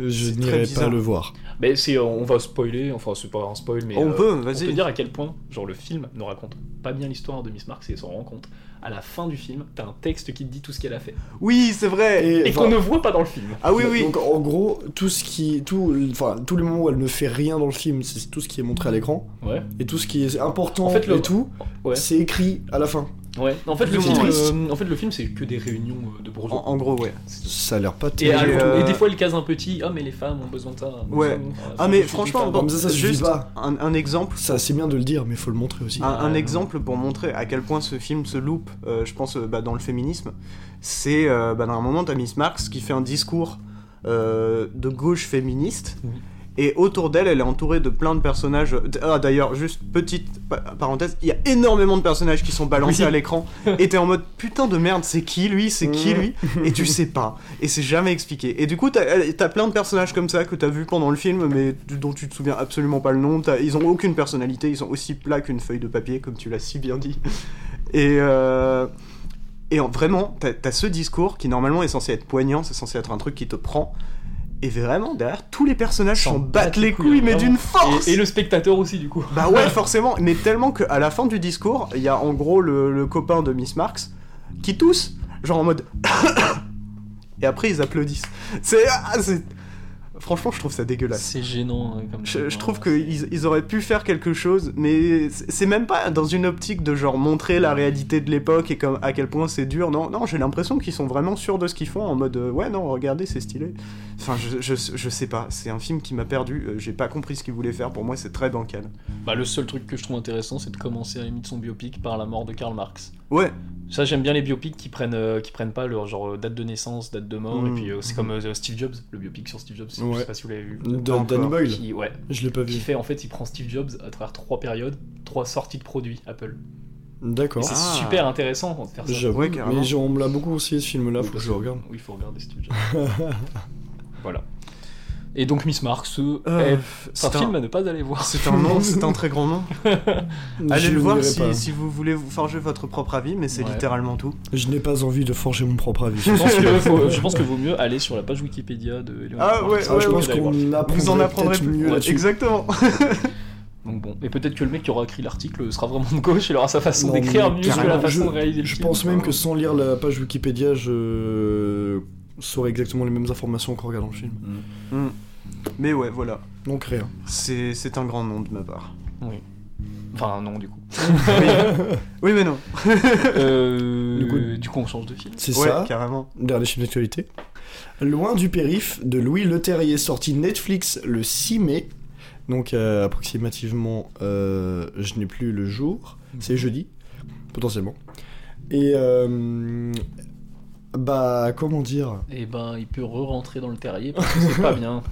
S3: Je
S1: C'est très
S3: n'irai pas
S1: bizarre.
S3: le voir.
S2: Mais c'est, euh, on va spoiler, enfin c'est pas un spoil, mais
S1: Oh, on
S2: euh,
S1: peut,
S2: on peut
S1: vas-y.
S2: dire à quel point, genre le film ne raconte pas bien l'histoire de Miss Marx et son rencontre. À la fin du film, t'as un texte qui te dit tout ce qu'elle a fait
S1: Oui, c'est vrai.
S2: et
S3: enfin,
S2: qu'on ne voit pas dans le film.
S1: Ah oui,
S3: Donc,
S1: oui.
S3: Donc en gros, tout ce qui, tout, enfin, tous les moments où elle ne fait rien dans le film, c'est tout ce qui est montré à l'écran
S2: Ouais.
S3: et tout ce qui est important
S2: En fait, le-
S3: et tout,
S2: Ouais.
S3: c'est écrit à la fin.
S2: Ouais. En fait,
S1: Plus
S2: le
S1: ou
S2: film,
S1: moins,
S2: euh, en fait, le film, c'est que des réunions euh, de
S1: En,
S2: bourgeois.
S1: en gros, ouais.
S3: Ça a l'air pas
S2: Et,
S3: terrible.
S2: alors,
S1: euh,
S2: et des fois, il case un petit. Ah, mais les femmes ont besoin de ça. ont
S1: Ouais.
S2: besoin de-
S1: Ah,
S2: faut
S1: mais
S2: que je
S1: franchement,
S2: dise
S1: bon,
S3: mais ça, ça suffit
S1: juste
S3: pas. euh,
S1: un, un exemple.
S3: Ça, c'est bien de le dire, mais faut le montrer aussi.
S1: Un,
S2: Ah,
S1: un
S2: non.
S1: exemple pour montrer à quel point ce film se loupe, euh, je pense, euh, bah, dans le féminisme, c'est euh, bah, dans un moment, t'as Miss Marx qui fait un discours euh, de gauche féministe,
S2: Oui.
S1: et autour d'elle, elle est entourée de plein de personnages. Ah, d'ailleurs, juste petite pa- parenthèse, il y a énormément de personnages qui sont balancés
S2: Oui.
S1: à l'écran, et t'es en mode putain de merde, c'est qui lui, c'est qui
S3: Mhm.
S1: lui, et tu sais pas, et c'est jamais expliqué. Et du coup, t'as euh, t'as plein de personnages comme ça que t'as vu pendant le film, mais dont tu te souviens absolument pas le nom. t'as- Ils ont aucune personnalité, ils sont aussi plats qu'une feuille de papier, comme tu l'as si bien dit. Et, euh, et en- vraiment, t'as as ce discours qui normalement est censé être poignant, c'est censé être un truc qui te prend. Et vraiment, derrière, tous les personnages
S2: S'en
S1: s'en battent les couilles, mais
S2: vraiment.
S1: d'une
S2: ça.
S1: force
S2: Et, et le spectateur aussi, du coup.
S1: bah ouais, forcément, mais tellement qu'à la fin du discours, il y a en gros le, le copain de Miss Marx qui tousse, genre en mode. et après ils applaudissent. C'est. ah, c'est- Franchement, je trouve ça dégueulasse.
S2: C'est gênant. euh, Comme
S1: Je, je
S2: ça.
S1: trouve qu'ils ils auraient pu faire quelque chose, mais c'est c'est même pas dans une optique de genre montrer la réalité de l'époque et comme, à quel point c'est dur. Non, non, j'ai l'impression qu'ils sont vraiment sûrs de ce qu'ils font en mode euh, ouais, non, regardez, c'est stylé. Enfin, je, je, je sais pas, c'est un film qui m'a perdu, euh, j'ai pas compris ce qu'ils voulaient faire, pour moi c'est très bancal.
S2: Bah, le seul truc que je trouve intéressant, c'est de commencer à limite son biopic par la mort de Karl Marx.
S1: Ouais,
S2: Ça, j'aime bien les biopics qui prennent, euh, qui prennent pas leur genre euh, date de naissance, date de mort,
S1: Mm.
S2: et puis euh, c'est comme euh, Steve Jobs, le biopic sur Steve Jobs. Je
S3: Ouais.
S2: sais pas si vous l'avez vu.
S3: De-
S1: Pas encore.
S3: Danny Boyle,
S2: Qui, ouais,
S3: je l'ai pas
S2: qui
S3: vu.
S2: fait en fait, il prend Steve Jobs à travers trois périodes, trois sorties de produits Apple. Et
S3: D'accord.
S2: c'est
S1: Ah.
S2: super intéressant de faire ça.
S3: J'avoue,
S1: Ouais, carrément.
S3: mais genre, on me l'a beaucoup conseillé ce film-là, faut que je le regarde.
S2: Oui, il faut regarder Steve Jobs. voilà. Et donc Miss Marx
S1: Euh,
S2: est un
S1: C'est
S2: film
S1: un,
S2: à ne pas aller voir.
S1: c'est un nom, c'est un très grand nom. Allez
S3: Je
S1: le voir
S3: n'irai
S1: si,
S3: pas.
S1: si vous voulez vous forger votre propre avis, mais c'est
S2: Ouais.
S1: littéralement tout.
S3: Je n'ai pas envie de forger mon propre avis.
S2: Je pense, que faut- je pense que vaut mieux aller sur la page Wikipédia de Eleanor
S1: Ah,
S2: Park.
S1: ouais,
S3: Ah, je
S1: ouais,
S3: pense
S2: D'aller voir.
S3: qu'on
S1: Vous en apprendrez
S3: peut-être
S1: plus.
S3: mieux
S1: Ouais,
S3: là-dessus.
S1: Exactement.
S2: Donc bon, et peut-être que le mec qui aura écrit l'article sera vraiment de gauche et il aura sa façon
S3: Non,
S2: d'écrire
S3: mais
S2: mieux que la
S3: carrément,
S2: façon
S3: je-
S2: de réaliser le
S3: Je
S2: film.
S3: pense même que sans lire la page Wikipédia, je saurais exactement les mêmes informations qu'en regardant le film.
S1: Mais ouais, voilà.
S3: Donc rien.
S1: C'est c'est un grand nom de ma part.
S2: Enfin non du coup.
S1: Oui, mais non.
S2: Euh,
S3: Du
S2: du,
S3: coup-
S2: coup... on change de film.
S3: C'est
S1: Ouais,
S3: ça,
S1: carrément.
S3: dernier film d'actualité. Loin du périph de Louis Leterrier, sorti Netflix le 6 mai. Donc euh, approximativement, euh, je n'ai plus le jour. C'est jeudi, potentiellement. Et euh, bah comment dire
S2: Et ben il peut re-rentrer dans le terrier parce que c'est pas bien.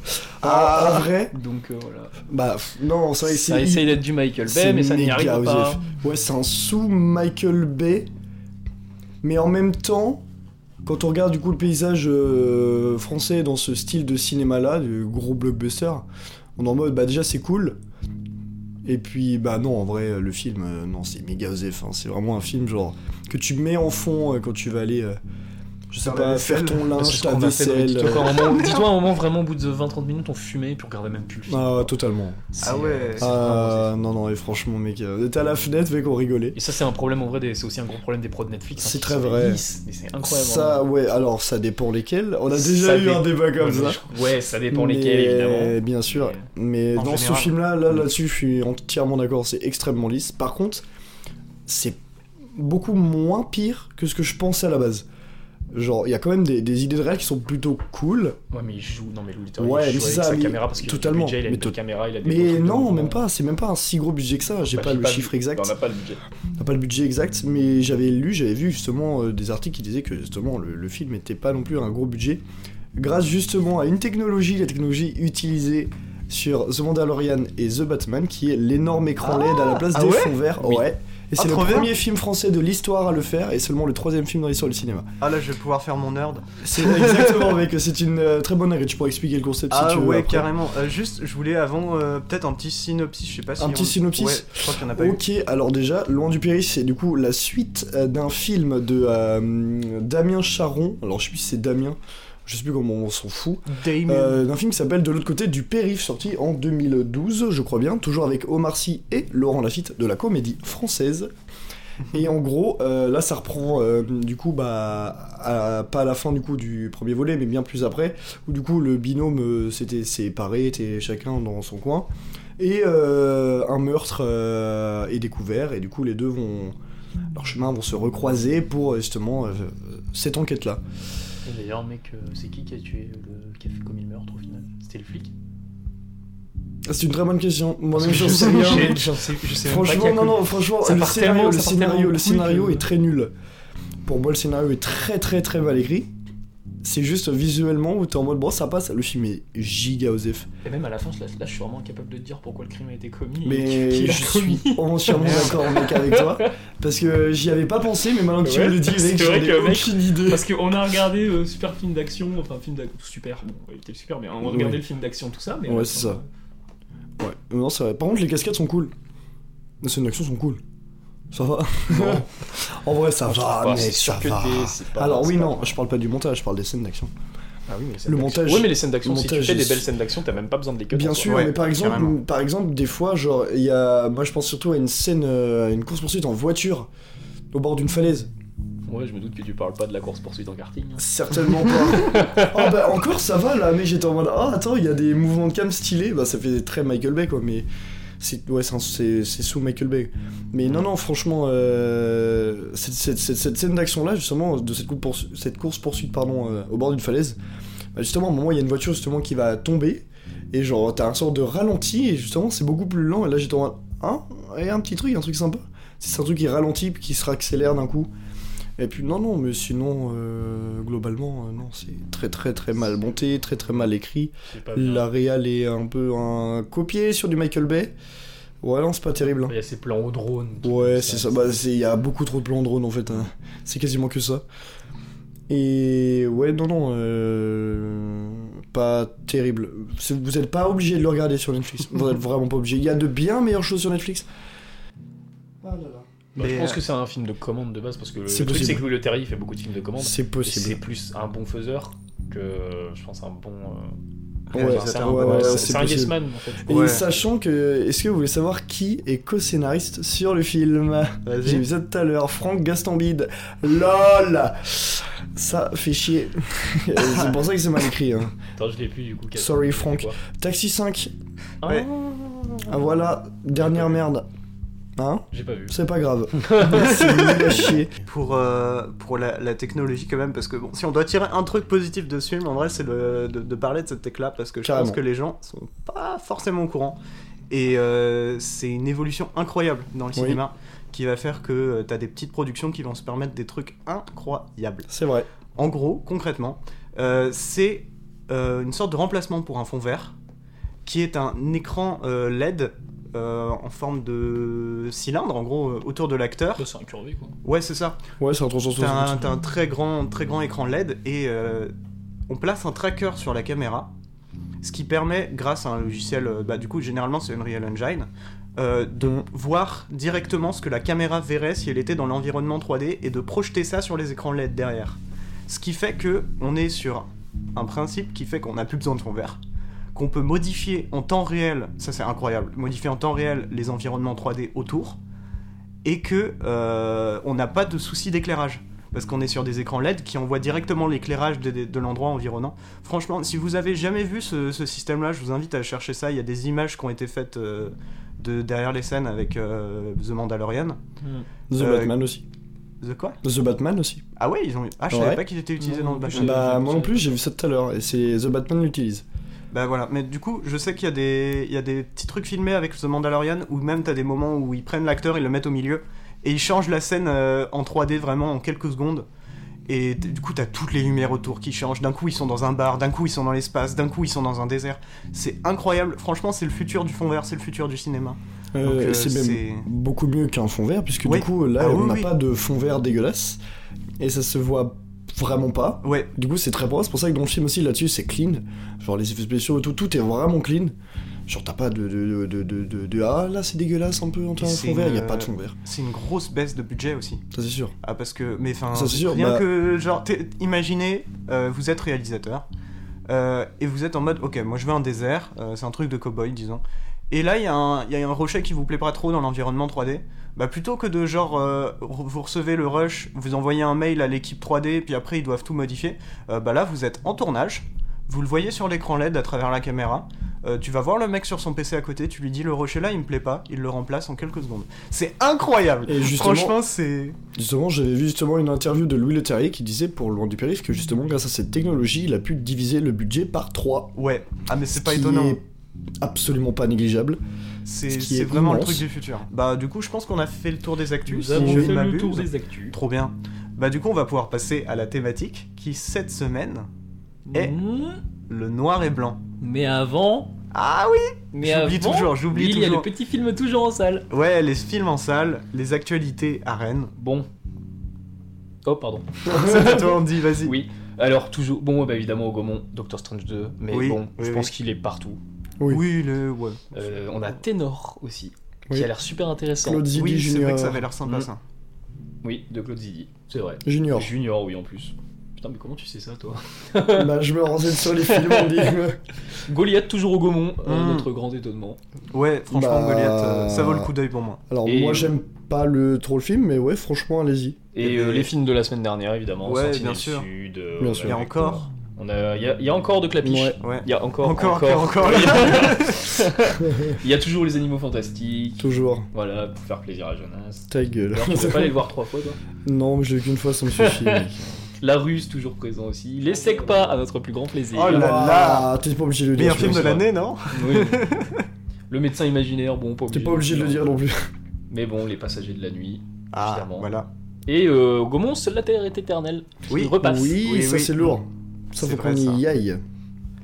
S3: ah, En vrai,
S2: Donc euh, voilà.
S3: bah pff, non, ça c'est
S2: Ça essaye d'être du Michael Bay mais ça n'y
S3: méga
S2: arrive pas.
S3: Osef. Ouais, c'est un sous Michael Bay, mais en même temps, quand on regarde du coup le paysage euh, français dans ce style de cinéma-là, du gros blockbuster, on est en mode bah déjà c'est cool. Et puis bah non, en vrai le film, euh, non c'est méga osef, hein. c'est vraiment un film genre que tu mets en fond euh, quand tu vas aller, euh, je sais
S1: Faire la
S3: pas, faire
S1: vaisselle.
S3: ton
S2: Bah,
S3: linge,
S2: c'est
S3: ta
S2: a fait dans les
S3: vaisselle.
S2: TikTok.
S3: euh,
S2: À un moment- Dis-toi un moment vraiment au bout de 20-30 minutes on fumait et puis on regardait même plus le film.
S3: Ah totalement.
S2: C'est-
S1: Ah ouais.
S2: c'est vraiment-
S3: Ah non non et franchement mec, euh, t'es à la fenêtre mec on rigolait.
S2: Et ça, c'est un problème en vrai, des- c'est aussi un gros problème des prods Netflix. hein,
S3: C'est
S2: qui
S3: très
S2: sont
S3: vrai.
S2: lisses, Mais c'est incroyable.
S3: Ça,
S2: hein.
S3: ouais, alors ça dépend lesquels. On a
S2: Ça
S3: déjà eu
S2: dépend.
S3: un débat comme
S2: Ouais, mais
S3: ça.
S2: je- Ouais, ça dépend lesquels,
S3: Mais-
S2: évidemment.
S3: Bien sûr.
S2: Mais-
S3: Mais
S1: En
S3: dans
S1: général.
S3: ce film-là, là,
S2: Mm.
S3: là-dessus, je suis entièrement d'accord. C'est extrêmement lisse. Par contre, c'est beaucoup moins pire que ce que je pensais à la base. Genre, il y a quand même des, des idées de réel qui sont plutôt cool.
S2: Ouais, mais il joue. Non, mais Louis Vuitton,
S3: Ouais,
S2: il
S3: mais
S2: joue
S3: c'est
S2: avec
S3: ça,
S2: sa
S3: mais
S2: caméra parce qu'il a du
S3: totalement.
S2: budget,
S3: Mais
S2: il a une belle
S3: to-
S2: caméra, il a des beaux
S3: Mais
S2: trucs hein. de
S3: non,
S2: mouvement.
S3: même pas. C'est même pas un si gros budget que ça. J'ai
S2: Bah,
S3: pas
S2: j'ai
S3: le
S2: pas
S3: chiffre
S2: le-
S3: exact.
S2: On n'a pas le budget.
S3: T'as pas le budget exact, mais j'avais lu, j'avais vu justement euh, des articles qui disaient que justement le, le film n'était pas non plus un gros budget, grâce justement à une technologie, la technologie utilisée sur The Mandalorian et The Batman, qui est l'énorme écran LED à la place
S1: ah
S3: des
S1: ouais
S3: fonds verts.
S2: Oui.
S3: Ouais. Et
S1: Ah,
S3: c'est le
S1: trop bien.
S3: premier film français de l'histoire à le faire, et seulement le troisième film dans l'histoire du cinéma.
S1: Ah là, je vais pouvoir faire mon nerd.
S3: C'est exactement, mec, c'est une euh, très bonne arrêt. Tu pourras expliquer le concept
S1: ah
S3: si tu veux.
S1: ouais,
S3: après.
S1: carrément. Euh, juste, je voulais avant euh, peut-être un petit synopsis. Je sais pas si
S3: Un petit
S1: on-
S3: synopsis
S1: Ouais, je crois qu'il y en a pas eu.
S3: Ok, alors déjà, Loin du Périph, c'est du coup la suite euh, d'un film de euh, Damien Charon. Alors je sais plus si c'est Damien, je sais plus comment on s'en fout. Euh, d'un film qui s'appelle De l'autre côté du périph, sorti en 2012, je crois bien, toujours avec Omar Sy et Laurent Lafitte de la comédie française. Et en gros, euh, là, ça reprend euh, du coup, bah, à- pas à la fin du coup du premier volet, mais bien plus après, où du coup le binôme euh, s'était séparé, était chacun dans son coin, et euh, un meurtre euh, est découvert, et du coup les deux vont leurs chemins vont se recroiser pour euh, justement euh, cette enquête là.
S2: Et D'ailleurs, mec, euh, c'est qui qui a tué le. qui a fait commis le meurtre au final C'était le flic
S3: C'est une très bonne question. Moi-même,
S2: Parce que
S3: j'en sais rien.
S2: j'ai- j'en sais- Je sais même pas qui a
S3: Franchement, non,
S2: commis-
S3: non, franchement,
S2: Ça
S3: le
S2: part tellement-
S3: scénario, le
S2: ça part tellement
S3: scénario,
S2: en
S3: le
S2: couille
S3: scénario
S2: que-
S3: est très nul. Pour moi, le scénario est très, très, très mal écrit. C'est juste visuellement où t'es en mode, bon, ça passe, le film est giga osef.
S2: Et même à la fin, je- là, je suis vraiment incapable de te dire pourquoi le crime a été commis. et qui- qui
S3: Mais
S2: l'a
S3: je suis
S2: commis.
S3: entièrement d'accord, mec, avec toi. Parce que j'y avais pas pensé, mais maintenant que tu
S2: Ouais,
S3: me le dis,
S2: c'est
S3: mec, j'en
S2: vrai
S3: ai
S2: que, mec,
S3: aucune idée.
S2: Parce qu'on a regardé euh, super film d'action, enfin film d'action super, bon, il était super, mais on a regardé
S3: Ouais.
S2: le film d'action tout ça, mais
S3: Ouais, c'est ça. Ouais, non, c'est vrai. Par contre, les cascades sont cool. Les scènes d'action sont cool. Ça va
S2: Non.
S3: En vrai, ça
S2: Ah, Je
S3: va,
S2: trouve pas,
S3: Ah, mais
S2: c'est
S3: ça
S2: sûr que
S3: va.
S2: t'es- c'est pas-
S3: Alors,
S2: c'est
S3: oui,
S2: pas-
S3: non, je parle pas du montage, je parle des scènes d'action.
S2: Ah oui, mais les scènes
S3: Le
S2: d'action.
S3: montage-
S2: Ouais, mais les scènes d'action,
S3: le
S2: si tu
S3: montage
S2: fais des
S3: est-
S2: belles scènes d'action, t'as même pas besoin de les cutter.
S3: Bien
S2: quoi.
S3: sûr,
S1: Ouais,
S3: mais par exemple,
S1: carrément.
S3: par exemple, des fois, genre, il y a. Moi, je pense surtout à une scène, euh, une course-poursuite en voiture, au bord d'une falaise.
S2: Ouais, je me doute que tu parles pas de la course poursuite en karting. hein.
S3: Certainement pas. Ah bah, encore, ça va là, mais j'étais en mode, ah, attends, il y a des mouvements de cam stylés. Bah, ça fait très Michael Bay, quoi, mais. C'est ouais, c'est un- c'est- c'est sous Michael Bay. Mais non, non, franchement, euh, cette, cette- cette- cette scène d'action-là, justement, de cette, course-poursuite pardon, euh, au bord d'une falaise, bah, justement, à un moment, il y a une voiture justement qui va tomber, et genre, t'as un sort de ralenti, et justement, c'est beaucoup plus lent. Et là, j'étais en mode, hein, et un petit truc, un truc sympa. C'est un truc qui ralentit, puis qui se réaccélère d'un coup. Et puis, non, non, mais sinon, euh, globalement, euh, non, c'est très, très, très mal monté, très, très mal écrit.
S2: C'est pas bien.
S3: La réal est un peu un copié sur du Michael Bay. Ouais, non, c'est pas terrible. hein.
S2: Il y a ces plans au drone. tout
S3: Ouais,
S2: comme
S3: c'est ça. Bah, c'est- il y a beaucoup trop de plans drone en fait. hein. C'est quasiment que ça. Et ouais, non, non. euh, pas terrible. C'est- Vous n'êtes pas obligé de le regarder sur Netflix. Vous n'êtes vraiment pas obligé. Il y a de bien meilleures choses sur Netflix.
S2: Bah, je
S1: Mais,
S2: pense
S1: euh,
S2: que c'est un film de commande de base parce que le
S3: C'est
S2: truc
S3: possible.
S2: c'est que Louis Leterrier il fait beaucoup de films de commande.
S3: C'est
S2: Et C'est
S3: possible.
S2: plus un bon faiseur que je pense un bon. euh,
S3: Ouais,
S1: ça
S2: enfin, c'est un,
S1: t'a- ouais,
S2: bon-
S1: ouais,
S2: c'est-
S1: ouais,
S2: c'est
S3: c'est
S2: un
S3: possible.
S2: yes man en fait.
S3: Et
S1: Ouais.
S3: sachant que, est-ce que vous voulez savoir qui est co-scénariste sur le film J'ai vu
S1: Vas-y.
S3: ça tout à l'heure, Franck Gastambide. LOL Ça fait chier. c'est pour ça que c'est mal écrit. hein.
S2: Attends, je l'ai plus du coup. Kat.
S3: Sorry, Franck.
S2: Quoi
S3: Taxi 5,
S2: Ah,
S1: Ouais.
S3: ah voilà, dernière merde. Hein
S2: J'ai pas vu.
S3: C'est pas grave. c'est nul à chier.
S1: Pour, euh, pour la, la technologie quand même, parce que bon, si on doit tirer un truc positif de ce film, en vrai, c'est le- de, de parler de cette tech-là, parce que je
S3: Carrément.
S1: pense que les gens sont pas forcément au courant. Et euh, c'est une évolution incroyable dans le
S3: Oui.
S1: cinéma qui va faire que euh, t'as des petites productions qui vont se permettre des trucs incroyables.
S3: C'est vrai.
S1: En gros, concrètement, euh, c'est euh, une sorte de remplacement pour un fond vert, qui est un écran euh, LED euh, en forme de cylindre, en gros, euh, autour de l'acteur.
S2: Oh, C'est incurvé quoi.
S1: Ouais, c'est ça.
S3: Ouais, c'est un
S1: T'as un,
S3: 360.
S1: t'as un très, grand, très grand écran LED et euh, on place un tracker sur la caméra, ce qui permet, grâce à un logiciel, euh, bah, du coup, généralement c'est Unreal Engine, euh, de
S3: Mhm.
S1: voir directement ce que la caméra verrait si elle était dans l'environnement 3D et de projeter ça sur les écrans LED derrière. Ce qui fait que on est sur un principe qui fait qu'on n'a plus besoin de fond vert. Qu'on peut modifier en temps réel, ça c'est incroyable, modifier en temps réel les environnements 3D autour, et que euh, on n'a pas de souci d'éclairage. Parce qu'on est sur des écrans LED qui envoient directement l'éclairage de, de- de l'endroit environnant. Franchement, si vous avez jamais vu ce, ce système-là, je vous invite à chercher ça. Il y a des images qui ont été faites euh, de, derrière les scènes avec euh, The Mandalorian.
S2: Hmm.
S3: The
S1: euh,
S3: Batman aussi.
S1: The quoi
S3: The Batman aussi.
S1: Ah ouais, ils ont. Ah, je savais
S3: Ouais.
S1: pas qu'ils étaient utilisés
S2: Non,
S1: dans le
S2: non plus,
S1: Batman.
S2: j'ai-
S3: Bah,
S2: j'ai-
S3: moi non plus, j'ai vu ça tout à l'heure. Et c'est The Batman l'utilise.
S1: Bah voilà, mais du coup, je sais qu'il y, a des- il y a des petits trucs filmés avec The Mandalorian où même t'as des moments où ils prennent l'acteur, ils le mettent au milieu et ils changent la scène euh, en 3D vraiment en quelques secondes. Et t- du coup, t'as toutes les lumières autour qui changent. D'un coup, ils sont dans un bar, d'un coup, ils sont dans l'espace, d'un coup, ils sont dans un désert. C'est incroyable. Franchement, c'est le futur du fond vert, c'est le futur du cinéma.
S3: Euh,
S1: Donc, euh,
S3: c'est même
S1: c'est-
S3: beaucoup mieux qu'un fond vert, puisque
S1: Oui.
S3: du coup, là,
S1: Ah oui,
S3: on n'a
S1: oui.
S3: pas de fond vert dégueulasse. Et ça se voit vraiment pas.
S1: Ouais,
S3: Du coup, c'est très propre. C'est pour ça que dans le film aussi, là-dessus, c'est clean. Genre, les effets spéciaux et tout, tout est vraiment clean. Genre, t'as pas de. de, de, de, de, de- de- ah, là, c'est dégueulasse un peu, on tient un
S1: c'est
S3: fond vert.
S1: une- euh,
S3: Il a pas de fond vert.
S1: c'est une grosse baisse de budget aussi.
S3: Ça, c'est sûr.
S1: Ah parce que mais enfin
S3: Ça, c'est sûr,
S1: rien
S3: bah-
S1: que genre t'es- imaginez euh, vous êtes réalisateur euh, et vous êtes en mode ok moi je veux un désert euh, c'est un truc de cowboy disons et là il y, a un- il y a un rocher qui vous plaît pas trop dans l'environnement 3D bah plutôt que de genre euh, re- vous recevez le rush vous envoyez un mail à l'équipe 3D puis après ils doivent tout modifier euh, bah là vous êtes en tournage vous le voyez sur l'écran LED à travers la caméra. Euh, tu vas voir le mec sur son PC à côté, tu lui dis le rocher là il me plaît pas, il le remplace en quelques secondes. C'est incroyable!
S3: Et justement-
S1: Franchement, c'est.
S3: Justement, j'avais vu justement une interview de Louis Leterrier qui disait pour Loin du Périph que justement, grâce à cette technologie, il a pu diviser le budget par 3.
S1: Ouais, ah mais c'est pas
S3: qui
S1: étonnant.
S3: est absolument pas négligeable.
S1: C'est
S3: ce qui
S1: c'est
S3: est
S1: vraiment le
S3: immense.
S1: truc du futur. Bah du coup, je pense qu'on a fait le tour des actus.
S2: Nous
S1: si
S2: avons
S1: je
S2: fait
S1: ne
S2: le
S1: m'abuse.
S2: tour des actus.
S1: Trop bien. Bah du coup, on va pouvoir passer à la thématique qui cette semaine,
S3: Eh.
S1: Et-
S2: Mmh,
S1: le noir et blanc.
S2: Mais avant.
S1: Ah oui.
S2: Mais
S1: J'oublie
S2: avant,
S1: toujours, j'oublie
S2: Il y a le
S1: toujours.
S2: petit film toujours en salle.
S1: Ouais, les films en salle, les actualités à Rennes.
S2: Bon. Oh, pardon.
S1: C'est à toi, Andy. Vas-y.
S2: Oui. Alors, toujours. Bon, bah, évidemment, au Gaumont, Doctor Strange 2. Mais
S1: Oui,
S2: bon,
S1: oui,
S2: je
S1: oui.
S2: pense qu'il est partout.
S3: Oui.
S1: Oui, le ouais.
S2: Euh, on a Ténor aussi,
S3: Oui.
S2: qui a l'air super intéressant.
S3: Claude Zidi
S1: oui, c'est
S3: Junior.
S1: vrai que ça avait l'air sympa
S2: Mm.
S1: ça.
S2: Oui, de Claude Zidi. C'est vrai.
S3: Junior.
S2: Junior, oui, en plus. Putain, mais comment tu sais ça, toi
S3: bah, je me renseigne sur les films, on dit.
S2: Goliath, toujours au Gaumont, euh,
S1: Mm.
S2: notre grand étonnement.
S1: Ouais, franchement,
S3: Bah-
S1: Goliath, euh, ça vaut le coup d'œil pour moi.
S3: Alors,
S2: Et-
S3: moi, j'aime pas le, trop le film, mais ouais, franchement, allez-y.
S1: Il
S2: Et
S1: y
S2: euh,
S1: avait-
S2: les films de la semaine dernière, évidemment.
S1: Ouais,
S2: Sentinelle
S1: bien sûr.
S2: Sud, euh,
S3: Bien
S2: on
S3: sûr.
S1: Il y a
S2: avait
S1: encore.
S2: quoi On a, il y a, il y a encore de clapiche.
S3: Ouais.
S1: Ouais.
S2: Il y a encore,
S1: Encore, encore, encore.
S2: il y a toujours les animaux fantastiques.
S3: Toujours.
S2: Voilà, pour faire plaisir à Jonas.
S3: Ta gueule.
S2: Alors, tu peux pas les voir trois fois, toi.
S3: Non, mais je l'ai vu qu'une fois, ça me suffit. mec.
S2: La ruse, toujours présent aussi. Les pas à notre plus grand plaisir.
S1: Oh là là.
S3: Ah, T'es pas obligé de le dire.
S1: Meilleur
S3: je
S1: film de
S3: pense.
S1: l'année, non
S2: Oui. Le médecin imaginaire, bon, pas obligé.
S3: T'es pas obligé de le dire non plus.
S2: Mais bon, les passagers de la nuit.
S1: Ah,
S2: Évidemment.
S1: voilà.
S2: Et euh, Gaumont, seul la terre est éternelle.
S1: Oui.
S2: Il repasse.
S3: Oui,
S1: Oui,
S3: ça
S1: oui.
S3: c'est lourd. Ça
S1: C'est
S3: faut
S1: vrai,
S3: qu'on
S1: ça.
S3: y aille.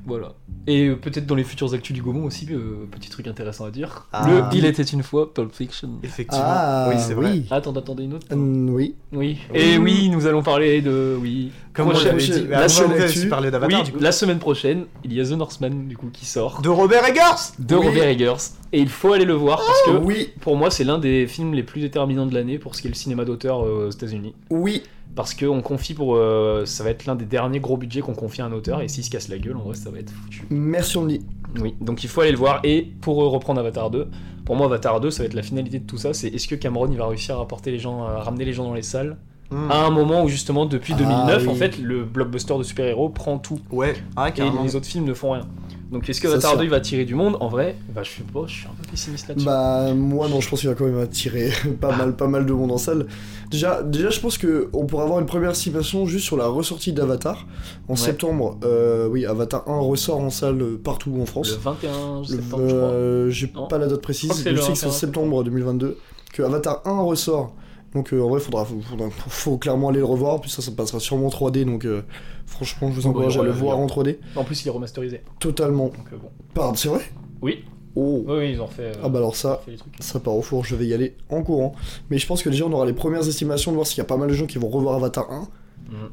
S2: Voilà. Et euh, peut-être dans les futures actus du Gaumont aussi, euh, petit truc intéressant à dire.
S1: Ah.
S2: Le Il était une fois, Pulp Fiction.
S1: Effectivement.
S3: Ah,
S1: oui, c'est vrai.
S3: oui.
S2: Attends, attendez une autre.
S1: Euh,
S3: Hum, oui.
S2: Oui. Et oui, nous allons parler de. Oui.
S1: Comme on
S2: Prochaine-
S1: l'avait dit,
S2: la
S1: la
S2: seule
S1: on
S2: actu-
S1: aussi parlé d'Avatar.
S2: oui,
S1: du coup.
S2: la semaine prochaine, il y a The Northman du coup qui sort
S1: De Robert Eggers
S2: de
S1: Oui.
S2: Robert Eggers et il faut aller le voir parce que
S3: Oui,
S2: pour moi c'est l'un des films les plus déterminants de l'année pour ce qui est le cinéma d'auteur euh, aux États-Unis
S3: oui.
S2: parce que on confie pour euh, ça va être l'un des derniers gros budgets qu'on confie à un auteur et s'il se casse la gueule en vrai ça va être foutu.
S3: Merci, on dit.
S2: Oui, donc il faut aller le voir. Et pour euh, reprendre Avatar 2, pour moi Avatar 2, ça va être la finalité de tout ça. C'est est-ce que Cameron il va réussir à porter les gens, à ramener les gens dans les salles
S1: Hmm.
S2: à un moment où justement depuis
S3: Ah,
S2: 2009, en
S3: oui.
S2: fait, le blockbuster de super-héros prend tout
S1: Ouais, ah,
S2: et
S1: carrément.
S2: les autres films ne font rien. Donc est-ce que
S3: Ça,
S2: Avatar
S3: c'est
S2: 2 il va tirer du monde En vrai, bah je suis pas, je suis un peu pessimiste là-dessus.
S3: Bah moi non, je pense qu'il va quand même attirer pas mal, pas mal de monde en salle. Déjà, déjà, je pense que on pourra avoir une première estimation juste sur la ressortie d'Avatar en
S2: Ouais.
S3: septembre. euh, oui, Avatar 1 ressort en salle euh, partout en
S2: le
S3: France.
S2: 21
S3: Le-
S2: septembre, je crois.
S3: euh, J'ai
S2: Non.
S3: pas la date précise.
S2: Je crois que c'est
S3: mais
S2: le
S3: je sais que c'est en
S2: 21.
S3: septembre 2022 que Avatar 1 ressort. Donc euh, en vrai, faudra, faut, faudra- faut clairement aller le revoir. Puis ça, ça passera sûrement en 3D. Donc euh, franchement, je vous
S2: Oh,
S3: encourage
S2: bah,
S3: à le
S2: ouais,
S3: voir
S2: ouais.
S3: en 3D.
S2: En plus, il est remasterisé.
S3: Totalement.
S2: Donc euh, bon.
S3: Pardon, c'est vrai
S2: Oui.
S3: Oh.
S2: Oui, oui, ils ont refait. euh,
S3: Ah bah alors
S2: ils ont
S3: ça,
S2: refait les trucs.
S3: ça part au four, je vais y aller en courant. Mais je pense que déjà on aura les premières estimations de voir s'il y a pas mal de gens qui vont revoir Avatar 1.
S2: Mhm.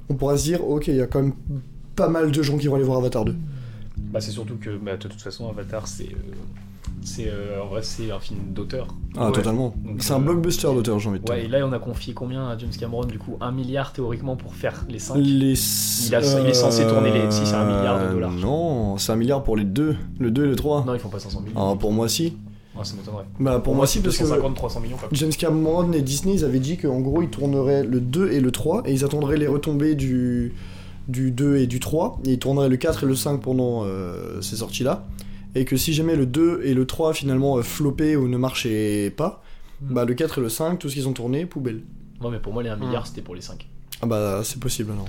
S3: On pourra se dire, ok, il y a quand même pas mal de gens qui vont aller voir Avatar 2.
S2: Bah c'est surtout que bah, de toute façon Avatar c'est euh, c'est euh, en vrai c'est un film d'auteur.
S3: Ah,
S1: Ouais.
S3: totalement.
S2: Donc,
S3: C'est un
S2: euh,
S3: blockbuster d'auteur, j'ai envie de te
S2: Ouais, et
S3: dire.
S2: là, on a confié combien à James Cameron Du coup, un milliard théoriquement pour faire les 5.
S3: Les... Euh,
S2: Il a- il est censé tourner les- si, c'est un milliard de dollars.
S3: Non, c'est un milliard pour les deux, le 2 et le 3.
S2: Non, ils font pas 500 millions.
S3: Ah, pour moi, si.
S2: Ouais, ça m'étonnerait.
S3: Bah, pour, moi, si, parce que
S2: 250, 300 millions, quoi.
S3: James Cameron et Disney, ils avaient dit qu'en gros, ils tourneraient le 2 et le 3, et ils attendraient les retombées du, du 2 et du 3, et ils tourneraient le 4 et le 5 pendant euh, ces sorties-là, et que si jamais le 2 et le 3 finalement euh, floppaient ou ne marchaient pas,
S1: Hmm.
S2: Mm.
S3: bah le 4 et le 5, tout ce qu'ils ont tourné, poubelle.
S2: Non, mais pour moi, les 1 milliard, c'était pour les 5.
S3: Ah bah, c'est possible alors.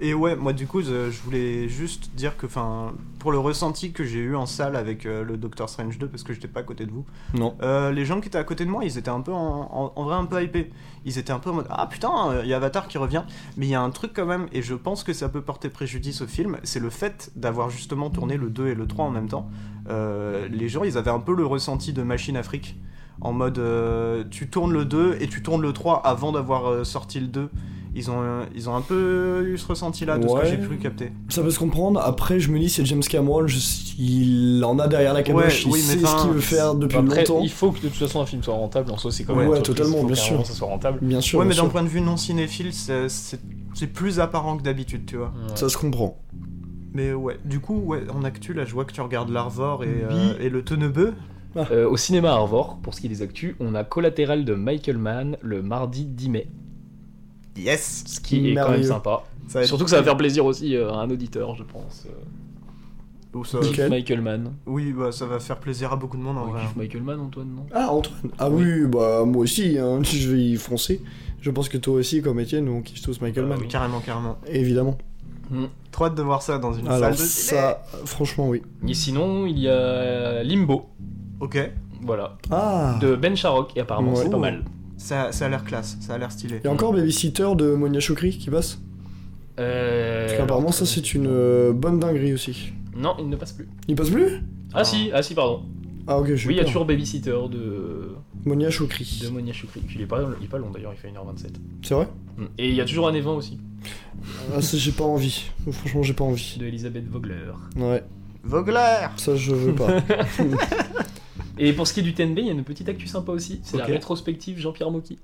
S1: Et ouais, moi du coup, je je voulais juste dire que, enfin, pour le ressenti que j'ai eu en salle avec euh, le Doctor Strange 2, parce que j'étais pas à côté de vous,
S3: Non.
S1: euh, les gens qui étaient à côté de moi, ils étaient un peu en, en- en vrai un peu hypés. Ils étaient un peu en mode Ah putain, euh, il y a Avatar qui revient. Mais il y a un truc quand même, et je pense que ça peut porter préjudice au film, c'est le fait d'avoir justement tourné le 2 et le 3 en même temps. Euh, les gens, ils avaient un peu le ressenti de Machine Afrique. En mode euh, tu tournes le 2 et tu tournes le 3 avant d'avoir euh, sorti le 2. Ils ont, euh, ils ont un peu eu ce ressenti là de ce que
S3: Ouais.
S1: j'ai cru capter.
S3: Ça peut se comprendre, après, je me dis, c'est James Cameron, je- il en a derrière la caboche,
S1: Ouais, oui,
S3: il
S1: mais
S3: sait
S1: enfin,
S3: ce qu'il veut faire depuis
S2: Après,
S3: longtemps.
S2: il faut que de toute façon un film soit rentable. En soi, c'est quand même.
S3: Ouais,
S2: une entreprise,
S3: totalement,
S2: il faut
S3: bien
S2: qu'à un
S3: sûr.
S2: moment, ça soit rentable.
S3: Bien sûr,
S1: Ouais,
S3: bien
S1: mais d'un
S3: sûr.
S1: point de vue non cinéphile, c'est c'est- c'est plus apparent que d'habitude, tu vois.
S2: Ouais.
S3: ça se comprend.
S1: Mais ouais, du coup, ouais, en actu, là, je vois que tu regardes l'Arvor et, euh, et le Tenebeu.
S2: Euh, au cinéma à Arvor, pour ce qui est des actus, on a Collatéral de Michael Mann le mardi 10 mai,
S1: Yes
S2: ce qui est quand même
S3: Merveilleux.
S2: sympa.
S1: ça va être-
S2: Surtout que ça va faire plaisir aussi euh, à un auditeur, je pense. Euh,
S1: Ou ça-
S3: Nickel.
S2: kiffe Michael Mann.
S1: Oui, bah, ça va faire plaisir à beaucoup de monde, en
S2: On
S1: vrai. hein.
S2: kiffe Michael Mann, Antoine, non
S3: Ah, Antoine Ah oui, bah moi aussi, hein, je vais y foncer. Je pense que toi aussi, comme Étienne, on kiffe tous Michael
S2: Euh,
S3: Mann.
S2: oui.
S1: Carrément, carrément.
S3: Évidemment.
S1: Trop hâte de voir ça dans une salle
S3: Alors
S1: de ciné.
S3: ça, franchement, oui.
S2: Et sinon, il y a Limbo,
S1: Ok,
S2: voilà,
S3: Ah
S2: de Ben Sharrock, et apparemment
S3: Ouais.
S2: c'est pas
S1: Ouh.
S2: mal.
S1: ça, ça a l'air classe, ça a l'air stylé.
S3: Il y a encore Babysitter de Monia Chokri qui passe.
S2: Euh...
S3: Parce qu'apparemment, ça, c'est une euh, bonne dinguerie aussi.
S2: Non, il ne passe plus.
S3: Il passe plus
S2: Ah si, ah si, pardon.
S3: Ah, ok, je
S2: Oui, il y a toujours Babysitter de,
S3: Monia Chokri.
S2: de Monia Choukri. Il est, pas... il est pas long d'ailleurs, il fait 1h27.
S3: C'est vrai
S2: Et il y a toujours un événement aussi,
S3: Ah, ça, j'ai pas envie. Franchement, j'ai pas envie.
S2: de Elisabeth Vogler.
S3: Ouais,
S1: Vogler
S3: ça, je veux pas.
S2: Et pour ce qui est du TNB, il y a une petite actu sympa aussi, c'est
S1: Ok.
S2: la rétrospective Jean-Pierre Mocky.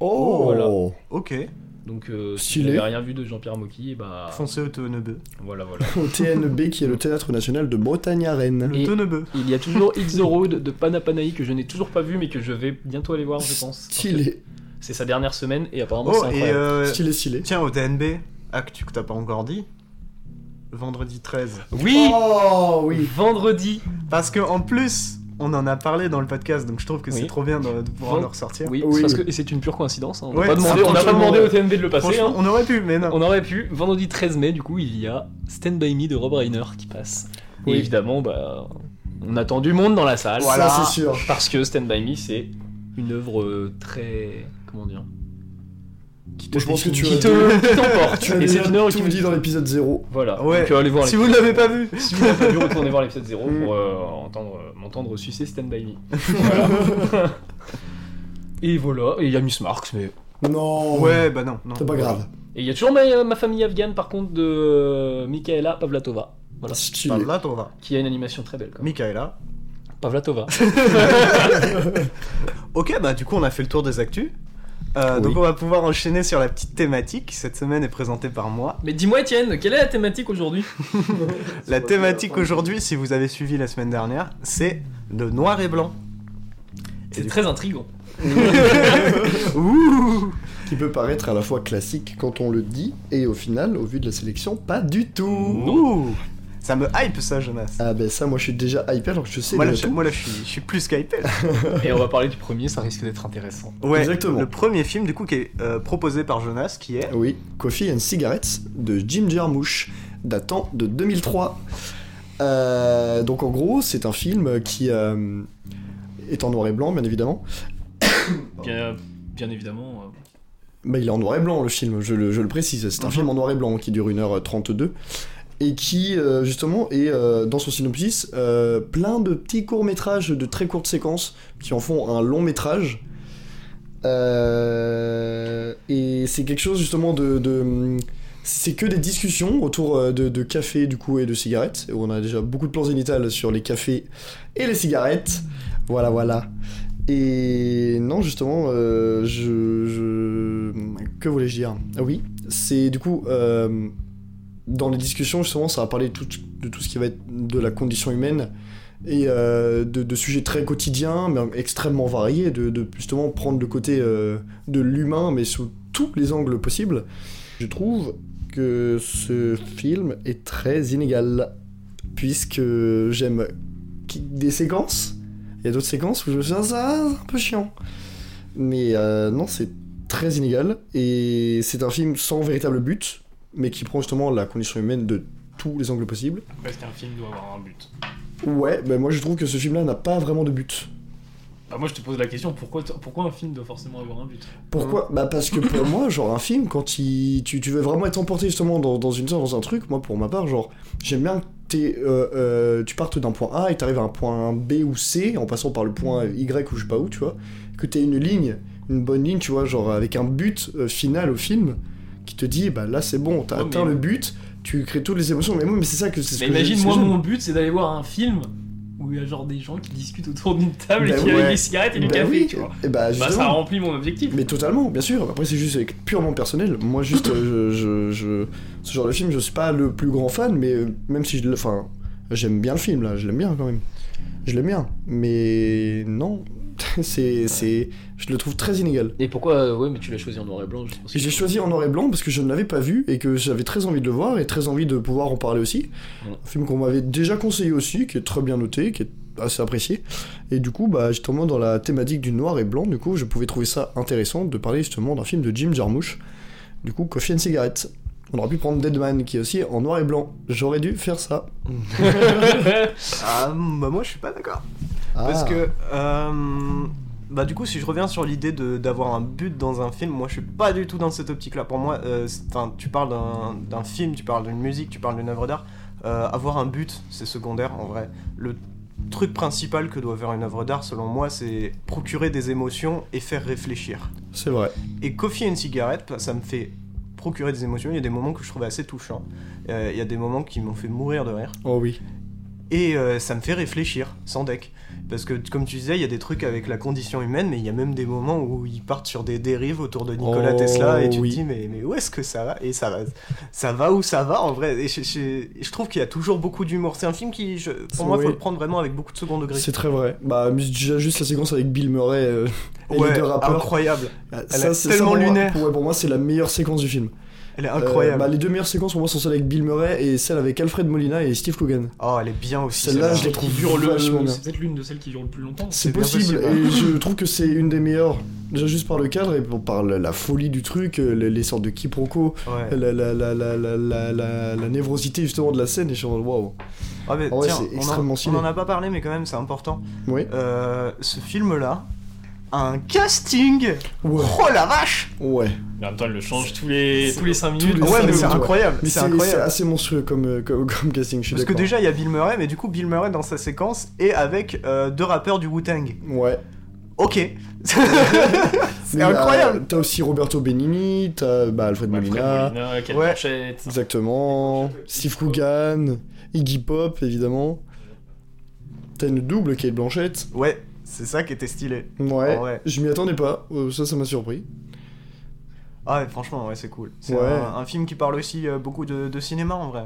S3: Oh
S2: Voilà.
S1: Ok,
S2: Donc euh, si vous
S3: Stylé.
S2: n'avez rien vu de Jean-Pierre Mocky, et bah
S1: foncez au Tenebeu.
S2: voilà voilà.
S3: Au TNB, qui est le Théâtre National de Bretagne-Rennes.
S1: Le
S2: Et-
S1: Tenebeu.
S2: Il y a toujours It's the Road de Panapanaï que je n'ai toujours pas vu mais que je vais bientôt aller voir je pense.
S3: Stylé.
S2: C'est sa dernière semaine et apparemment
S1: Oh,
S2: c'est
S1: et
S2: incroyable.
S1: euh,
S3: Stylé, stylé.
S1: tiens, au TNB, actu que t'as pas encore dit, vendredi 13.
S2: Oui
S3: Oh, oui
S2: Vendredi
S1: Parce que en plus, on en a parlé dans le podcast, donc je trouve que
S2: Oui.
S1: c'est trop bien de, de pouvoir
S2: Vend-
S1: le ressortir.
S2: Oui,
S3: Oui.
S2: c'est parce que et c'est une pure coïncidence. hein. On n'a
S1: Ouais, euh,
S2: pas demandé,
S3: ça,
S2: on n'a pas
S3: franchement,
S2: demandé au
S3: ouais.
S2: TNB de le passer.
S1: Franchement,
S2: hein.
S1: on aurait pu, mais non.
S2: On aurait pu. Vendredi 13 mai, du coup, il y a Stand By Me de Rob Reiner qui passe. Et
S3: Oui.
S2: évidemment, bah, on attend du monde dans la salle.
S1: Voilà.
S3: Ça, c'est sûr.
S2: Euh, Parce que Stand By Me, c'est une œuvre euh, très. Comment dire
S1: qui te
S3: Je pense que
S1: définit.
S3: tu
S2: Qui
S3: as
S2: te- qui t'emporte.
S3: Tu as
S2: Et c'est
S3: déjà
S2: une heure
S3: tout
S2: qui
S3: dit dans l'épisode 0.
S2: Voilà.
S1: Ouais.
S2: Donc, euh, allez voir
S1: Si
S2: les-
S1: vous ne l'avez pas vu
S2: Si vous n'avez pas vu, retournez voir l'épisode 0
S3: Mm.
S2: pour euh, entendre, euh, m'entendre sucer Stand By Me. Voilà. et voilà, et il y a Miss Marx, mais.
S3: Non.
S1: Ouais, bah non. non.
S3: Oh. C'est pas grave.
S2: Et il y a toujours ma, ma famille afghane, par contre, de euh, Michaela Pavlatova, Voilà.
S3: Stylé.
S1: Pavla Tova.
S2: qui a une animation très belle. Quand même.
S1: Michaela.
S2: Pavlatova.
S1: Ok, bah du coup, on a fait le tour des actus. Euh,
S3: Oui.
S1: Donc on va pouvoir enchaîner sur la petite thématique qui cette semaine est présentée par moi.
S2: mais dis-moi, Étienne, quelle est la thématique aujourd'hui
S1: La thématique
S3: hein.
S1: aujourd'hui, si vous avez suivi la semaine dernière, c'est le noir et blanc.
S2: C'est très intriguant.
S1: Ouh
S3: Qui peut paraître à la fois classique quand on le dit et au final, au vu de la sélection, pas du tout.
S1: Ouh Ça me hype ça, Jonas.
S3: Ah ben ça, moi je suis déjà hyper alors que je sais.
S1: Moi
S3: le
S1: là, je,
S3: tout.
S1: moi, là, je suis, je suis plus hypé. là.
S2: Et on va parler du premier, ça risque d'être intéressant.
S1: Ouais,
S3: Exactement.
S1: Le premier film du coup qui est euh, proposé par Jonas, qui est
S3: Oui, Coffee and Cigarettes de Jim Jarmusch, datant de 2003. Euh, donc en gros, c'est un film qui euh, est en noir et blanc, bien évidemment.
S2: Bien, bien évidemment. euh,
S3: Bah, il est en noir et blanc le film, je le, je le précise. C'est un
S1: Mhm.
S3: film en noir et blanc qui dure 1h32 et qui, euh, justement, est euh, dans son synopsis euh, plein de petits courts-métrages, de très courtes séquences qui en font un long métrage. Euh, et c'est quelque chose, justement, de. de- c'est que des discussions autour euh, de, de café du coup et de cigarettes. Et On a déjà beaucoup de plans zénithales sur les cafés et les cigarettes. Voilà, voilà. Et non, justement, euh, je, je- Que voulais-je dire Ah oui, c'est du coup. euh, dans les discussions, justement, ça va parler de tout, de tout ce qui va être de la condition humaine et euh, de, de sujets très quotidiens, mais extrêmement variés, de, de justement prendre le côté euh, de l'humain, mais sous tous les angles possibles. Je trouve que ce film est très inégal, puisque j'aime qui- des séquences il y a d'autres séquences où je me suis dit, ah, ça, c'est un peu chiant. Mais euh, non, c'est très inégal. Et c'est un film sans véritable but, mais qui prend justement la condition humaine de tous les angles possibles.
S2: Parce qu'un film doit avoir un but.
S3: Ouais, bah moi je trouve que ce film-là n'a pas vraiment de but.
S2: Bah, moi, je te pose la question pourquoi, pourquoi un film doit forcément avoir un but Mmh.
S3: Pourquoi Bah parce que pour moi, genre un film, quand il, tu, tu veux vraiment être emporté justement dans, dans une histoire, dans un truc, moi pour ma part, genre j'aime bien que t'aies, euh, euh, tu partes d'un point A et t'arrives à un point B ou C, en passant par le point Y ou je sais pas où, tu vois, que t'aies une ligne, une bonne ligne, tu vois, genre avec un but euh, final au film qui te dit, bah là c'est bon, t'as
S2: Ouais, mais-
S3: atteint le but, tu crées toutes les émotions, mais moi mais c'est ça que c'est ce
S2: Mais
S3: que
S2: imagine,
S3: j'ai-
S2: moi,
S3: ce que
S2: mon but, c'est d'aller voir un film où il y a genre des gens qui discutent autour d'une table
S3: Bah
S2: et qui
S3: ouais.
S2: avec des cigarettes et
S3: j'aime.
S2: du
S3: Bah
S2: café,
S3: oui,
S2: tu vois.
S3: et bah,
S2: Bah, ça
S3: justement.
S2: remplit mon objectif.
S3: Mais totalement, bien sûr. Après, c'est juste purement personnel. Moi, juste, euh, je, je- je- ce genre de film, je suis pas le plus grand fan, mais euh, même si je le. Enfin, j'aime bien le film, là, je l'aime bien quand même. Je l'aime bien. Mais non, c'est. c'est- Je le trouve très inégal.
S2: Et pourquoi euh, Ouais, mais tu l'as choisi en noir et blanc. Je pense que-
S3: J'ai choisi en noir et blanc parce que je ne l'avais pas vu et que j'avais très envie de le voir et très envie de pouvoir en parler aussi.
S2: Ouais.
S3: Un film qu'on m'avait déjà conseillé aussi, qui est très bien noté, qui est assez apprécié. Et du coup, bah, justement, dans la thématique du noir et blanc, du coup, je pouvais trouver ça intéressant de parler justement d'un film de Jim Jarmusch, du coup, Coffee and Cigarette. On aurait pu prendre Deadman, qui est aussi en noir et blanc. J'aurais dû faire ça. Bah,
S1: Ah, bah moi je suis pas d'accord.
S3: Ah.
S1: Parce que euh, bah du coup si je reviens sur l'idée de- d'avoir un but dans un film, moi je suis pas du tout dans cette optique là. Pour moi, euh, c'est- 'fin, tu parles d'un- d'un film, tu parles d'une musique, tu parles d'une œuvre d'art. Euh, avoir un but, c'est secondaire en vrai. Le truc principal que doit faire une œuvre d'art, selon moi, c'est procurer des émotions et faire réfléchir.
S3: C'est vrai.
S1: Et Coffee et une cigarette, ça me fait procurer des émotions. Il y a des moments que je trouvais assez touchants. Euh, Il y a des moments qui m'ont fait mourir de rire.
S3: Oh oui.
S1: Et euh, ça me fait réfléchir, sans deck. Parce que, comme tu disais, il y a des trucs avec la condition humaine, mais il y a même des moments où ils partent sur des dérives autour de Nikola
S3: Oh,
S1: Tesla, et tu
S3: oui.
S1: te dis, mais, mais où est-ce que ça va Et ça va, ça va où ça va, en vrai. Et je, je- je trouve qu'il y a toujours beaucoup d'humour. C'est un film qui, je- pour moi,
S3: Oui.
S1: faut le prendre vraiment avec beaucoup de second degré.
S3: C'est très vrai. Bah, déjà, juste la séquence avec Bill Murray euh, et
S1: Ouais,
S3: les deux rappeurs.
S1: incroyable.
S3: Ah,
S1: Elle
S3: ça,
S1: est
S3: c'est-
S1: tellement
S3: ça, pour moi-
S1: lunaire.
S3: pour- ouais, pour moi, c'est la meilleure séquence du film.
S1: Elle est
S3: Euh,
S1: incroyable.
S3: bah, les deux meilleures séquences pour moi sont celles avec Bill Murray et celle avec Alfred Molina et Steve Coogan.
S1: Oh, elle est bien aussi.
S3: Celle-là, je
S1: celle-là.
S3: l'ai
S2: Qui
S3: trouve
S2: dure le...
S3: vachement bien.
S2: C'est peut-être l'une de celles qui dure le plus longtemps.
S3: C'est
S1: c'est bien hein.
S3: possible,
S1: possible.
S3: et je trouve que c'est une des meilleures. Déjà juste par le cadre et pour- par la, la folie du truc, euh, les, les sortes de quiproquos,
S1: Ouais.
S3: la, la, la, la, la, la, la- la névrosité justement de la scène et je suis en mode, waouh.
S1: Ah, mais
S3: Ah ouais,
S1: tiens,
S3: c'est
S1: on en-
S3: extrêmement
S1: on
S3: stylé.
S1: en a pas parlé, mais quand même, c'est important.
S3: Oui.
S1: Euh, ce film-là, un casting
S3: Ouais.
S1: Oh la vache
S3: Ouais.
S2: Mais en même temps, il le change tous les, tous les 5
S3: tous
S2: minutes.
S3: les
S1: Ouais,
S3: cinq
S1: mais c'est
S3: minutes,
S1: incroyable,
S3: Mais
S1: c'est
S3: c'est c'est
S1: incroyable.
S3: assez monstrueux comme, euh, comme, comme casting, je suis
S1: Parce que
S3: d'accord.
S1: déjà, il y a Bill Murray, mais du coup, Bill Murray dans sa séquence est avec euh, deux rappeurs du Wu-Tang.
S3: Ouais.
S1: Ok.
S3: Mais,
S1: c'est incroyable.
S3: euh, T'as aussi Roberto Benigni, t'as bah, Alfred
S2: Alfred
S3: Molina,
S2: Molina, Kate
S1: Ouais.
S2: Blanchett.
S3: exactement, Steve Coogan, Iggy Pop, évidemment. T'as une double Kate Blanchett.
S1: Ouais, c'est ça qui était stylé.
S3: Ouais.
S1: Ouais.
S3: Je m'y attendais pas, Euh, ça, ça m'a surpris.
S1: Ah, ouais, franchement, ouais, c'est cool. C'est
S3: Ouais.
S1: un, un film qui parle aussi euh, beaucoup de, de cinéma en vrai.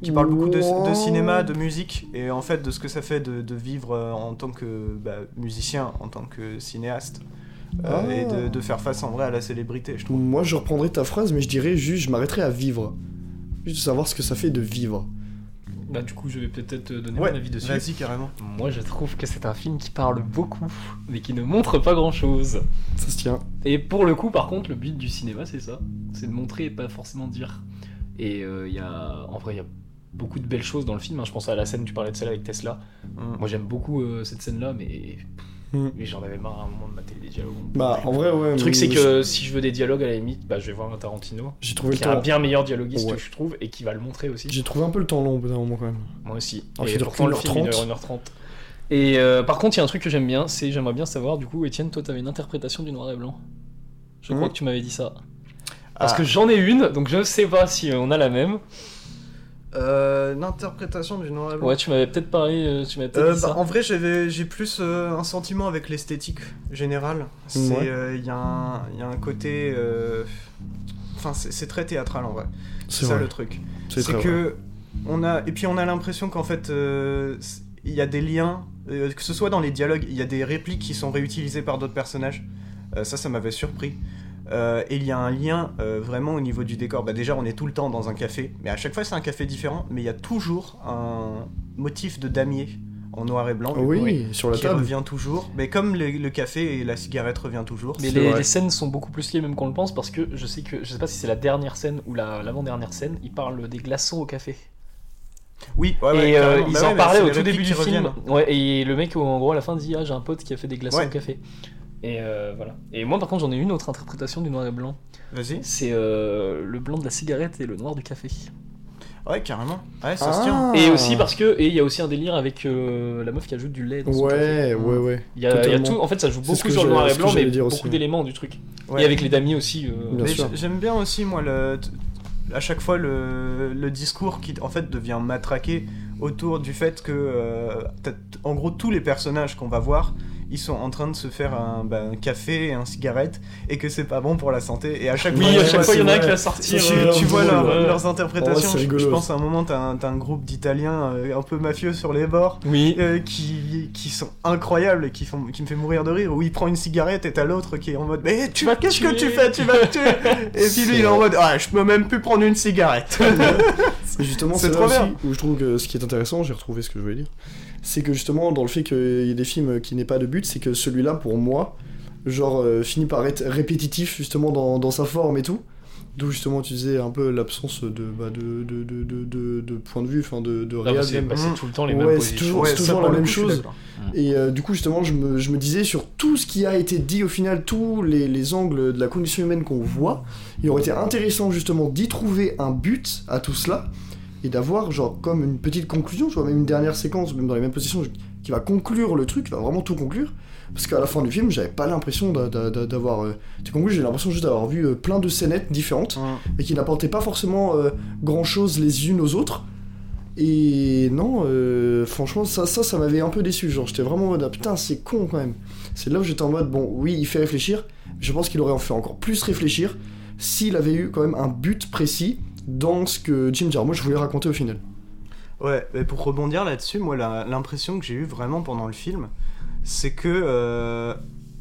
S1: Qui parle beaucoup de, de cinéma, de musique et en fait de ce que ça fait de, de vivre euh, en tant que bah, musicien, en tant que cinéaste. euh,
S3: Ah.
S1: Et de, de faire face en vrai à la célébrité, je trouve.
S3: Moi, je reprendrais ta phrase, mais je dirais juste, je m'arrêterais à vivre. Juste de savoir ce que ça fait de vivre.
S2: Bah, du coup, je vais peut-être euh, donner
S1: Ouais,
S2: mon avis dessus.
S1: vas-y carrément.
S2: Moi, je trouve que c'est un film qui parle beaucoup, mais qui ne montre pas grand-chose.
S3: Ça se tient.
S2: Et pour le coup, par contre, le but du cinéma, c'est ça. C'est de montrer et pas forcément de dire. Et euh, il y a... en vrai, il y a beaucoup de belles choses dans le film. hein. Je pense à la scène, tu parlais de celle avec Tesla.
S1: Mm.
S2: Moi, j'aime beaucoup euh, cette scène-là, mais...
S3: Mm.
S2: mais j'en avais marre à un moment de mater des dialogues.
S3: Bah, en vrai, ouais.
S2: le truc,
S3: mais
S2: c'est que si je veux des dialogues, à la limite, bah, je vais voir un Tarantino,
S3: J'ai trouvé le
S2: qui est un
S3: temps.
S2: bien meilleur dialoguiste,
S3: Ouais.
S2: je trouve, et qui va le montrer aussi.
S3: J'ai trouvé un peu le temps long au bout d'un moment quand même.
S2: Moi aussi.
S3: Un
S2: et
S3: film de
S2: pourtant, le
S3: 1h30.
S2: film, il dure 1h30. Et euh, par contre, il y a un truc que j'aime bien, c'est j'aimerais bien savoir, du coup, Étienne, toi, t'avais une interprétation du noir et blanc. Je crois
S3: Mhm.
S2: que tu m'avais dit ça.
S1: Ah.
S2: Parce que j'en ai une, donc je ne sais pas si euh, on a la même.
S1: Euh, L'interprétation du noir et blanc.
S2: Ouais, tu m'avais peut-être parlé, euh, tu m'avais peut-être
S1: Euh,
S2: dit
S1: bah,
S2: ça.
S1: en vrai, j'avais- j'ai plus euh, un sentiment avec l'esthétique générale. C'est euh,
S3: Mm, Ouais.
S1: il y, a un- il y a un côté, euh, enfin c'est c'est très théâtral en vrai. C'est
S3: C'est
S1: ça
S3: vrai.
S1: le truc.
S3: C'est
S1: C'est
S3: très vrai.
S1: que on a et puis on a l'impression qu'en fait euh, c- il y a des liens, euh, que ce soit dans les dialogues, il y a des répliques qui sont réutilisées par d'autres personnages. Euh, ça, ça m'avait surpris. Euh, et il y a un lien euh, vraiment au niveau du décor. Bah, déjà, on est tout le temps dans un café, mais à chaque fois c'est un café différent. Mais il y a toujours un motif de damier en noir et blanc.
S3: Ah Oui, sur la
S1: Qui
S3: table.
S1: revient toujours, mais comme le, le café et la cigarette revient toujours.
S2: Mais
S3: c'est
S2: les,
S3: vrai.
S2: les scènes sont beaucoup plus liées même qu'on le pense parce que je sais que je sais pas si c'est la dernière scène ou la- l'avant-dernière scène, ils parlent des glaçons au café.
S1: Oui, ouais, ouais,
S2: et euh,
S1: carrément.
S2: ils
S1: Bah
S2: en
S1: ouais, mais
S2: parlaient
S1: c'est
S2: au
S1: les
S2: tout début
S1: répliques
S2: du
S1: qui
S2: film.
S1: reviennent.
S2: Ouais, et le mec, en gros, à la fin dit Ah, j'ai un pote qui a fait des glaçons
S1: Ouais.
S2: au café. Et euh, voilà. Et moi, par contre, j'en ai une autre interprétation du noir et blanc.
S1: Vas-y.
S2: C'est euh, le blanc de la cigarette et le noir du café.
S1: Ouais, carrément. Ouais, ça se tient.
S3: Ah.
S2: Et aussi bah, parce que. Et il y a aussi un délire avec euh, la meuf qui ajoute du lait dans son
S3: Ouais,
S2: café.
S3: ouais, ouais.
S2: Il y a, il y a
S3: totalement.
S2: tout. En fait, ça joue
S3: C'est ce
S2: beaucoup
S3: que
S2: sur le
S3: j'allais-
S2: noir et
S3: ce que
S2: blanc, mais
S3: j'allais dire
S2: beaucoup
S3: aussi, ouais.
S2: d'éléments du truc.
S1: Ouais.
S2: Et avec les damiers aussi. euh,
S3: Bien
S1: Mais
S3: sûr.
S1: j- J'aime bien aussi, moi, le, t- à chaque fois, le, le discours qui, en fait, devient matraqué autour du fait que, euh, t'as- en gros, tous les personnages qu'on va voir, ils sont en train de se faire un, bah, un café et un cigarette, et que c'est pas bon pour la santé. Et à chaque
S2: Oui,
S1: fois,
S2: à
S1: tu
S2: chaque
S1: vois,
S2: fois, il y en a
S3: c'est
S2: un qui
S3: vrai.
S2: va sortir.
S3: Ça, c'est
S2: euh,
S3: grave
S1: tu vois
S3: drôle,
S1: leur-
S2: ouais.
S1: leurs
S3: Ah Ouais,
S1: interprétations.
S3: c'est
S1: Je- je
S3: rigolo.
S1: pense à un moment, t'as un, t'as un groupe d'Italiens euh, un peu mafieux sur les bords
S2: Oui.
S1: euh, qui, qui sont incroyables et qui, font, qui me fait mourir de rire. Où il prend une cigarette et t'as l'autre qui est en mode Mais tu vas, qu'est-ce que
S2: tuer.
S1: tu fais Tu vas te tuer Et puis lui il est en mode Ah, je peux même plus prendre une cigarette.
S3: Et justement,
S1: C'est
S3: c'est
S1: trop
S3: trop aussi où je trouve que ce qui est intéressant, j'ai retrouvé ce que je voulais dire, c'est que justement, dans le fait qu'il y ait des films qui n'aient pas de but, c'est que celui-là, pour moi, genre, euh, finit par être répétitif justement dans, dans sa forme et tout. D'où justement, tu disais un peu l'absence de, bah, de, de, de, de, de- de point de vue, enfin de, de
S2: Non,
S3: réel
S2: mais C'est
S3: même.
S2: bah, c'est tout le temps les
S3: Ouais,
S2: mêmes
S3: c'est
S2: positions.
S3: toujours- c'est toujours
S1: pour
S3: la
S1: le
S3: même
S1: je suis
S3: chose.
S1: d'accord.
S3: Et euh, du coup, justement, je me, je me disais sur tout ce qui a été dit au final, tous les, les angles de la condition humaine qu'on voit, il aurait été intéressant justement d'y trouver un but à tout cela et d'avoir genre comme une petite conclusion, tu vois, même une dernière séquence, même dans les mêmes positions, qui va conclure le truc, qui va vraiment tout conclure. Parce qu'à la fin du film, j'avais pas l'impression d'a- d'a- d'a- d'avoir. euh, été conclu, j'ai l'impression juste d'avoir vu euh, plein de scénettes différentes et qui n'apportaient pas forcément euh, grand chose les unes aux autres. Et non, euh, franchement, ça, ça, ça m'avait un peu déçu. Genre, j'étais vraiment en mode, ah, putain, c'est con quand même. C'est là où j'étais en mode, bon, oui, il fait réfléchir. mais Je pense qu'il aurait en fait encore plus réfléchir s'il avait eu quand même un but précis dans ce que Jim Jarmusch voulait raconter au final.
S1: Ouais, et pour rebondir là-dessus, moi, la- l'impression que j'ai eue vraiment pendant le film, c'est que, euh,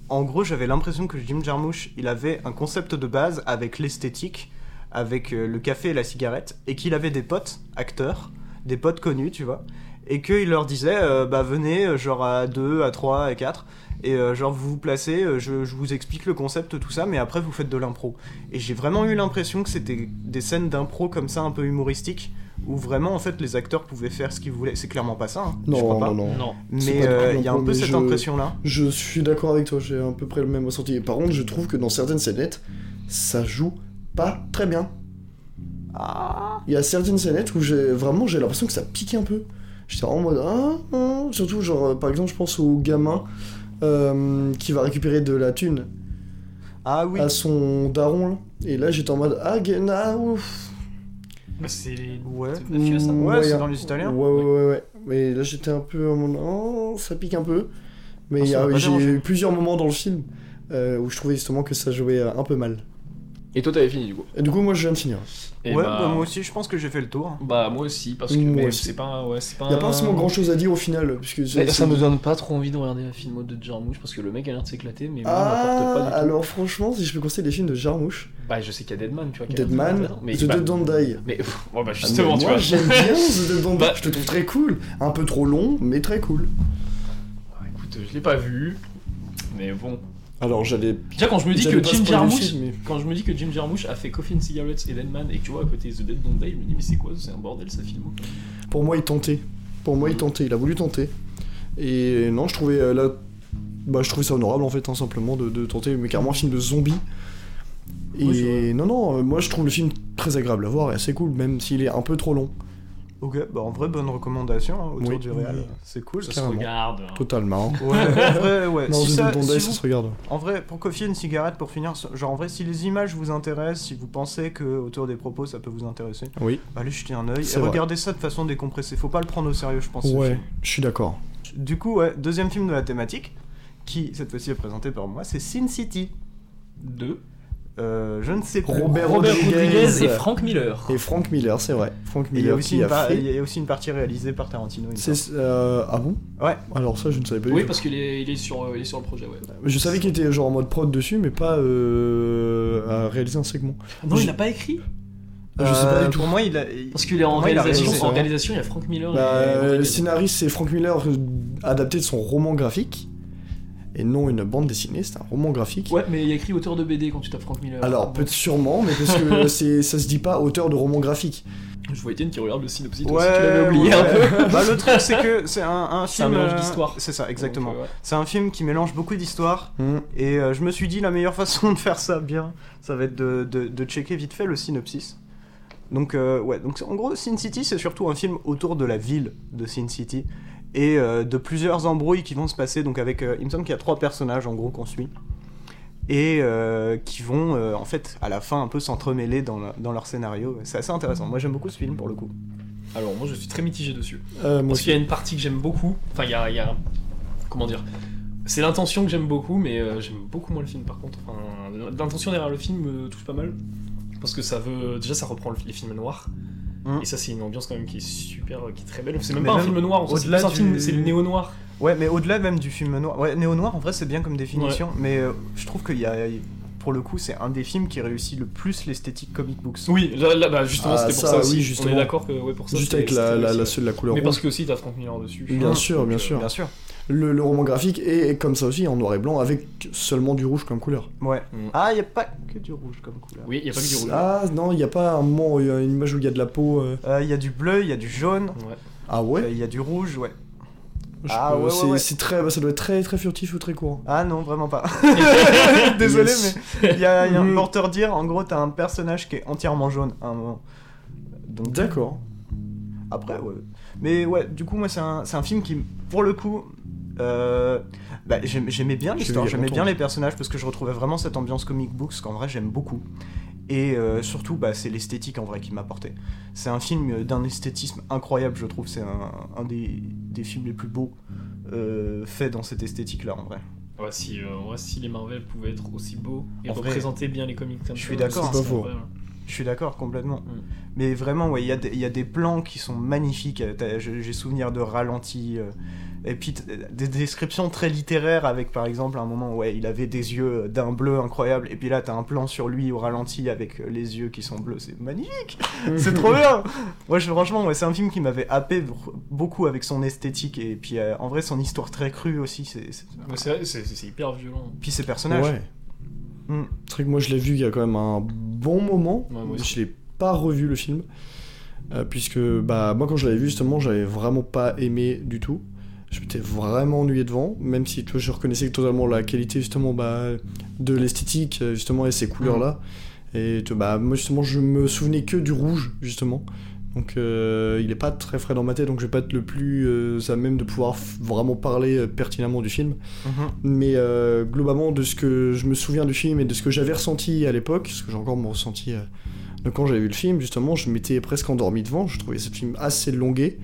S1: en gros, j'avais l'impression que Jim Jarmusch, il avait un concept de base avec l'esthétique, avec euh, le café et la cigarette, et qu'il avait des potes acteurs, des potes connus, tu vois, et qu'il leur disait, euh, bah venez, euh, genre à 2, à 3, à 4, et euh, genre vous vous placez, euh, je, je vous explique le concept, tout ça, mais après vous faites de l'impro. Et j'ai vraiment eu l'impression que c'était des scènes d'impro comme ça, un peu humoristiques, où vraiment en fait les acteurs pouvaient faire ce qu'ils voulaient. C'est clairement pas ça, hein, je
S3: Non,
S1: crois
S3: non,
S1: pas.
S3: non.
S4: Non.
S1: Mais
S3: C'est
S1: euh,
S3: pas clairement
S1: il y a
S3: pas,
S1: un peu
S3: mais
S1: cette
S3: je-
S1: impression là.
S3: Je suis d'accord avec toi, j'ai à peu près le même ressenti. Et Par contre, je trouve que dans certaines scénettes, ça joue pas très bien. Il y a certaines scénettes où j'ai vraiment j'ai l'impression que ça pique un peu. J'étais en mode ah, ah. surtout genre euh, par exemple je pense au gamin euh, qui va récupérer de la thune
S1: Ah oui,
S3: à son daron là. Et là j'étais en mode ah gna ouf.
S4: Bah, c'est les
S1: ouais.
S4: c'est mafieux, ça.
S3: Mm,
S1: Ouais, c'est
S3: hein.
S1: dans les Italiens.
S3: Ouais ouais ouais ouais. Mais là j'étais un peu en mode oh, ça pique un peu. Mais
S1: Ah, ça
S3: euh,
S1: m'a pas
S3: j'ai
S1: dérangé.
S3: eu plusieurs moments dans le film euh, où je trouvais justement que ça jouait euh, un peu mal.
S2: Et toi, t'avais fini du coup
S3: Et du coup moi je viens de finir.
S2: Et
S1: ouais,
S2: bah,
S1: bah, moi aussi, je pense que j'ai fait le tour.
S4: Bah, moi aussi, parce que
S3: Moi
S4: mais
S3: aussi.
S4: c'est pas. Ouais, c'est pas.
S3: Il y a
S4: un-
S3: pas
S1: Euh.
S3: forcément grand chose à dire au final puisque
S2: Mais
S3: c'est-
S2: ça
S3: c'est-
S2: me donne pas trop envie de regarder un film de Jarmouche parce que le mec a l'air de s'éclater, mais moi, on m'apporte pas
S3: ah,
S2: du tout.
S3: alors franchement, si je peux conseiller des films de Jarmouche,
S2: Bah, je sais qu'il y a Deadman, tu vois. qui a l'air très
S3: Deadman,
S2: intéressant, mais,
S3: The
S2: bah,
S3: Dead Don't Die.
S2: mais pff, ouais, bah,
S3: Ah,
S2: justement,
S3: mais
S2: tu
S3: moi,
S2: vois.
S3: J'aime bien The Dead Don't Die.
S2: Bah-
S3: Je te trouve très cool. Un peu trop long, mais très cool.
S2: Bah, écoute, je l'ai pas vu, mais bon.
S3: Alors j'allais.
S2: Déjà, quand je me dis
S3: j'allais
S2: que
S3: pas
S2: Jim
S3: spoiler le
S2: Jarmusch.
S3: film, mais-
S2: Quand je me dis que Jim Jarmusch a fait Coffin Cigarettes et Deadman et que tu vois à côté The Dead Don't Die, je me dis mais c'est quoi C'est un bordel ça hein. filme.
S3: Pour moi, il tentait. Pour moi, il
S1: Mm.
S3: tentait. Il a voulu tenter. Et non, je trouvais euh, là. Bah, je trouvais ça honorable en fait, hein, simplement de, de tenter, mais carrément un film de zombies. Et
S2: Oui, c'est
S3: non, non, euh, moi je trouve le film très agréable à voir et assez cool, même s'il est un peu trop long.
S1: Ok, bah en vrai, bonne recommandation hein, autour
S3: Oui.
S1: du réel.
S3: Oui.
S1: C'est cool.
S2: Ça se
S3: Carrément.
S2: regarde. hein.
S3: Totalement.
S1: Ouais, en vrai, ouais.
S3: Non,
S1: si
S3: The
S1: ça,
S3: Dead Don't
S1: si
S3: Die,
S1: vous-
S3: ça se regarde.
S1: En vrai, pour confier une cigarette, pour finir, genre en vrai, si les images vous intéressent, si vous pensez que autour des propos ça peut vous intéresser,
S3: Oui.
S1: allez jeter un œil et
S3: C'est vrai.
S1: regardez ça de façon décompressée. Faut pas le prendre au sérieux, je pense. ce
S3: Ouais,
S1: film.
S3: je suis d'accord.
S1: Du coup, ouais, deuxième film de la thématique, qui cette fois-ci est présenté par moi, c'est Sin City.
S2: Deux.
S1: Euh, je ne sais plus.
S3: Robert
S2: Robert
S3: Rodriguez.
S2: Rodriguez et Frank Miller.
S3: Et Frank Miller, c'est vrai. Frank
S1: Et Il y, a
S3: Miller
S1: aussi
S3: qui
S1: une
S3: a
S1: par-
S3: fait.
S1: il y a aussi une partie réalisée par Tarantino. il me semble.
S3: C'est- euh, ah bon
S1: Ouais.
S3: Alors ça, je ne savais pas. du
S2: Oui
S3: tout.
S2: parce qu'il est, il est sur euh, il est sur le projet ouais.
S3: Je savais qu'il était genre en mode prod dessus, mais pas euh, à réaliser un segment.
S2: Non
S3: Je-
S2: il n'a pas écrit.
S3: Je sais pas
S1: Euh,
S3: du tout.
S1: Pour moi, il a. il-
S2: Parce qu'il est en
S1: Moi, il a
S2: réalisation.
S1: réalisé,
S2: en
S1: ouais.
S2: réalisation il y a Frank Miller.
S3: Bah,
S2: et Robert
S3: le
S2: Rodriguez.
S3: scénariste, c'est Frank Miller euh, adapté de son roman graphique, et non une bande dessinée. C'est un roman graphique.
S2: Ouais mais il y a écrit auteur de BD quand tu tapes Frank Miller.
S3: Alors peut-être sûrement, mais parce que c'est ça se dit pas auteur de roman graphique.
S2: Je vois Étienne qui regarde le synopsis. toi aussi, tu l'avais oublié un peu.
S1: bah, le truc, c'est que c'est un, un
S2: C'est
S1: film.
S2: un mélange
S1: euh,
S2: d'histoires.
S1: C'est ça, exactement.
S2: Donc, euh, ouais.
S1: C'est un film qui mélange beaucoup d'histoires.
S3: Hum,
S1: Et euh, je me suis dit, la meilleure façon de faire ça bien, ça va être de, de- de checker vite fait le synopsis. Donc, euh, ouais, donc en gros, Sin City, c'est surtout un film autour de la ville de Sin City et euh, de plusieurs embrouilles qui vont se passer. Donc, avec, euh, il me semble qu'il y a trois personnages en gros qu'on suit et euh, qui vont euh, en fait à la fin un peu s'entremêler dans, la- dans leur scénario. C'est assez intéressant. Moi, j'aime beaucoup ce film pour le coup.
S2: Alors moi je suis très mitigé dessus.
S3: Euh, moi
S2: Parce
S3: aussi.
S2: qu'il y a une partie que j'aime beaucoup. Enfin il y a, il y a- comment dire. C'est l'intention que j'aime beaucoup, mais euh, j'aime beaucoup moins le film par contre. Enfin, l'intention derrière le film me touche pas mal. Parce que ça veut. Déjà ça reprend le- les films noirs.
S1: Mm.
S2: Et ça c'est une ambiance quand même qui est super, euh, qui est très belle. C'est Hum. même
S1: Mais
S2: pas un
S1: même
S2: film noir, en fait, c'est
S1: au-delà
S2: plus un
S1: du-
S2: film, c'est le néo-noir.
S1: Ouais, mais au-delà même du film noir. Ouais, Néo Noir, en vrai, c'est bien comme définition, mais euh, je trouve qu'il y a. Pour le coup, c'est un des films qui réussit le plus l'esthétique comic books.
S2: Oui, là, là, bah, justement
S3: Ah,
S2: c'était pour
S3: ça,
S2: ça, aussi.
S3: oui,
S2: On
S3: justement.
S2: est d'accord que ouais, pour ça.
S3: Juste
S2: c'est-
S3: avec la,
S2: c'était-
S3: la,
S2: c'est-
S3: la, seule- la couleur
S2: Mais parce
S3: rouge.
S2: que aussi t'as Frank Miller dessus.
S3: Bien sûr, bien
S2: euh,
S3: sûr.
S1: Bien sûr.
S3: Le, le roman graphique est comme ça aussi en noir et blanc avec seulement du rouge comme couleur.
S1: Ouais.
S2: Mm.
S1: Ah, il n'y a pas que du rouge comme couleur.
S2: Oui, il y a pas que du rouge.
S3: Ah non, il n'y a pas un moment, où il y a une image où il y a de la peau. euh.
S1: Il y a du bleu, il y a du jaune,
S2: Ouais.
S3: Ah
S1: il
S3: ouais
S1: y a du rouge, ouais.
S3: Je-
S1: Euh, Ah ouais, ouais,
S3: c'est,
S1: ouais.
S3: c'est très, bah, ça doit être très très furtif ou très courant.
S1: Ah non, vraiment pas. Désolé,
S3: Yes.
S1: mais il y a, il y a un-
S3: Mm.
S1: pour te redire, en gros, t'as un personnage qui est entièrement jaune à un moment. Donc,
S3: D'accord.
S1: Après, ouais. Mais ouais, du coup, moi, c'est un, c'est un film qui, pour le coup, euh, bah, j'aim- j'aimais bien
S3: J'ai
S1: l'histoire,
S3: vu il y a
S1: j'aimais bien
S3: longtemps.
S1: les personnages parce que je retrouvais vraiment cette ambiance comic books qu'en vrai j'aime beaucoup. Et euh, surtout, bah, c'est l'esthétique en vrai qui m'a porté. C'est un film euh, d'un esthétisme incroyable, je trouve. C'est un, un des, des films les plus beaux euh, faits dans cette esthétique-là, en vrai.
S2: Ouais, si, euh, ouais, si les Marvel pouvaient être aussi beaux et
S1: En vrai,
S2: représenter bien les comics comme
S1: je
S2: ça,
S1: suis d'accord,
S2: ça
S3: c'est pas
S2: serait
S3: faux.
S2: incroyable.
S1: Je suis d'accord complètement.
S2: Mm.
S1: Mais vraiment, ouais, il y, a des- il y a des plans qui sont magnifiques. Euh, t'as- J'ai j'ai souvenir de ralentis. euh, et puis t- des descriptions très littéraires avec, par exemple, un moment où ouais, il avait des yeux euh, d'un bleu incroyable. Et puis là, t'as un plan sur lui au ralenti avec euh, les yeux qui sont bleus. C'est magnifique. C'est trop bien Moi, je- franchement, ouais, c'est un film qui m'avait happé vr- beaucoup avec son esthétique. Et puis, euh, en vrai, son histoire très crue aussi. c'est- c'est-
S2: Mais c'est vrai, c'est- c'est hyper violent.
S1: Puis ses personnages.
S3: Ouais.
S1: Hmm.
S3: C'est vrai que moi je l'ai vu il y a quand même un bon moment.
S2: Ouais, moi aussi.
S3: je l'ai pas revu le film. Euh, puisque bah, moi quand je l'avais vu justement j'avais vraiment pas aimé du tout. Je m'étais vraiment ennuyé devant, même si tu vois, je reconnaissais totalement la qualité justement bah, de l'esthétique euh, justement et ces couleurs là. Et tu vois, bah, moi justement je me souvenais que du rouge justement. Donc euh, il est pas très frais dans ma tête, donc je vais pas être le plus euh, à même de pouvoir f- vraiment parler euh, pertinemment du film.
S1: Mm-hmm.
S3: Mais euh, globalement, de ce que je me souviens du film et de ce que j'avais ressenti à l'époque, ce que j'ai encore mon ressenti euh, de quand j'avais vu le film, justement, je m'étais presque endormi devant. Je trouvais ce film assez longué,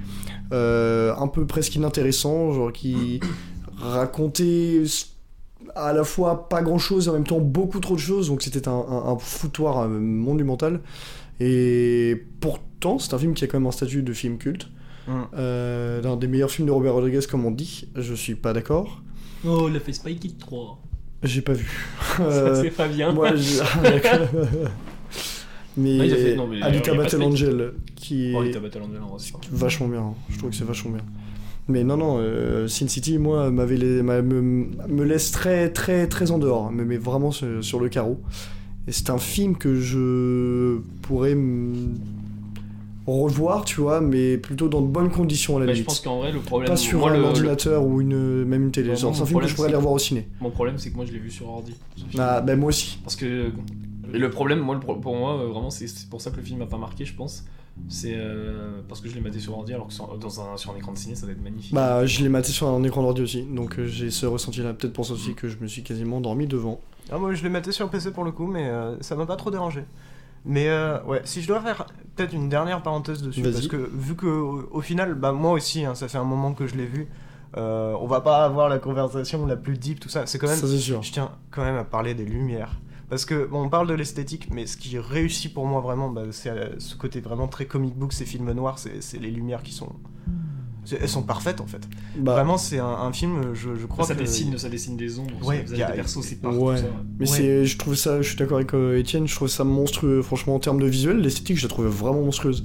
S3: euh, un peu presque inintéressant, genre qui racontait s- à la fois pas grand chose et en même temps beaucoup trop de choses. Donc c'était un, un- un foutoir euh, monumental. Et pourtant, c'est un film qui a quand même un statut de film culte.
S1: Mm.
S3: Euh, L'un des meilleurs films de Robert Rodriguez, comme on dit. Je suis pas d'accord.
S4: Oh, il a fait Spy Kid 3.
S3: J'ai pas vu.
S4: Ça,
S3: Euh,
S4: c'est pas bien.
S3: moi, je- Ah, d'accord. mais,
S2: Ouais, il a fait- non, mais
S3: Alita
S4: il y a pas
S3: Battle
S4: de fake.
S3: Angel, qui est
S4: Oh, il a Battle Angel en vrai, c'est pas-
S3: vachement bien. hein. Je trouve que c'est vachement bien. Mais non, non, euh, Sin City, moi, m'avait les- m'a- me, me laisse très, très, très en dehors. Me met vraiment sur, sur le carreau. Et c'est un film que je pourrais m- revoir, tu vois, mais plutôt dans de bonnes conditions à la
S4: Mais je
S3: limite.
S4: pense qu'en vrai, le problème.
S3: Pas sur
S4: moi,
S3: un
S4: le- le-
S3: ordinateur ou une, même une télé.
S4: Non,
S3: Genre,
S4: non,
S3: C'est un
S4: mon
S3: film que
S4: problème,
S3: je pourrais aller
S4: c'est-
S3: voir au ciné.
S4: Mon problème, c'est que moi, je l'ai vu sur ordi. ce film.
S3: Ah, ben moi aussi.
S4: Parce que et le problème, moi, le pro- pour moi, euh, vraiment, c'est c'est pour ça que le film m'a pas marqué, je pense. C'est euh, parce que je l'ai maté sur ordi, alors que sur, dans un, sur un écran de ciné, ça va être magnifique.
S3: Bah, je l'ai maté sur un écran d'ordi aussi, donc euh, j'ai ce ressenti-là. Peut-être pour ça aussi que je me suis quasiment endormi devant.
S1: Ah, moi je l'ai maté sur PC pour le coup, mais euh, ça m'a pas trop dérangé. Mais euh, ouais, si je dois faire peut-être une dernière parenthèse dessus,
S3: Vas-y.
S1: parce que vu que au, au final, bah moi aussi, hein, ça fait un moment que je l'ai vu, euh, on va pas avoir la conversation la plus deep, tout ça. C'est quand même
S3: Ça, c'est sûr.
S1: Je tiens quand même à parler des lumières. Parce que, bon, on parle de l'esthétique, mais ce qui réussit pour moi vraiment, bah, c'est euh, ce côté vraiment très comic book, ces films noirs, c'est c'est les lumières qui sont. c'est- Elles sont parfaites en fait.
S3: Bah,
S1: Vraiment, c'est un, un film, je, je
S4: Enfin,
S1: crois
S4: ça,
S1: que.
S4: dessine, ça dessine des ombres,
S1: Ouais,
S4: ça dessine
S1: y a-
S4: des persos, c'est partout.
S3: Ouais.
S4: ça.
S3: mais
S1: ouais.
S3: c'est, je trouve ça, je suis d'accord avec euh, Étienne, je trouve ça monstrueux. Franchement, en termes de visuel, l'esthétique, je la trouvais vraiment monstrueuse.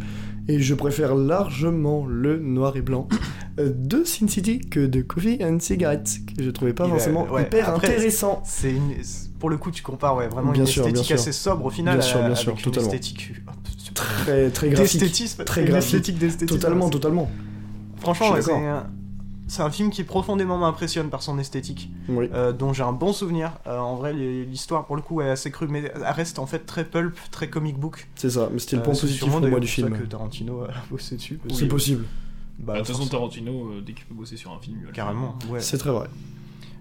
S3: Et je préfère largement le noir et blanc euh, de Sin City que de Coffee and Cigarettes, que je trouvais pas
S1: Il est-
S3: forcément
S1: ouais,
S3: hyper
S1: après,
S3: intéressant.
S1: C'est une- c'est- Pour le coup, tu compares ouais, vraiment
S3: Bien
S1: une
S3: sûr, bien
S1: esthétique
S3: sûr.
S1: assez sobre au final
S3: Bien sûr,
S1: à-
S3: bien sûr,
S1: avec une
S3: totalement.
S1: esthétique.
S3: Très, très graphique.
S1: D'esthétisme,
S3: Très
S1: une
S3: graphique.
S1: esthétique d'esthétisme.
S3: Totalement, totalement.
S1: Franchement,
S3: Je
S1: ouais,
S3: suis
S1: c'est
S3: d'accord.
S1: un- c'est un film qui profondément m'impressionne par son esthétique.
S3: Oui.
S1: euh, dont j'ai un bon souvenir. Euh, en vrai, les- l'histoire pour le coup est assez crue, mais elle reste en fait très pulp, très comic book.
S3: C'est ça, mais c'était le
S1: Euh,
S3: point
S1: c'est
S3: positif
S1: sûrement
S3: pour moi
S1: d'ailleurs
S3: du
S1: pour ça
S3: film.
S1: que Tarantino a bossé dessus. parce
S3: C'est
S1: que-
S3: possible,
S1: bah,
S4: Bah, de toute façon,
S1: forcément,
S4: Tarantino, euh, dès qu'il peut bosser sur un film, il va le faire.
S1: carrément. Ouais.
S3: c'est très vrai.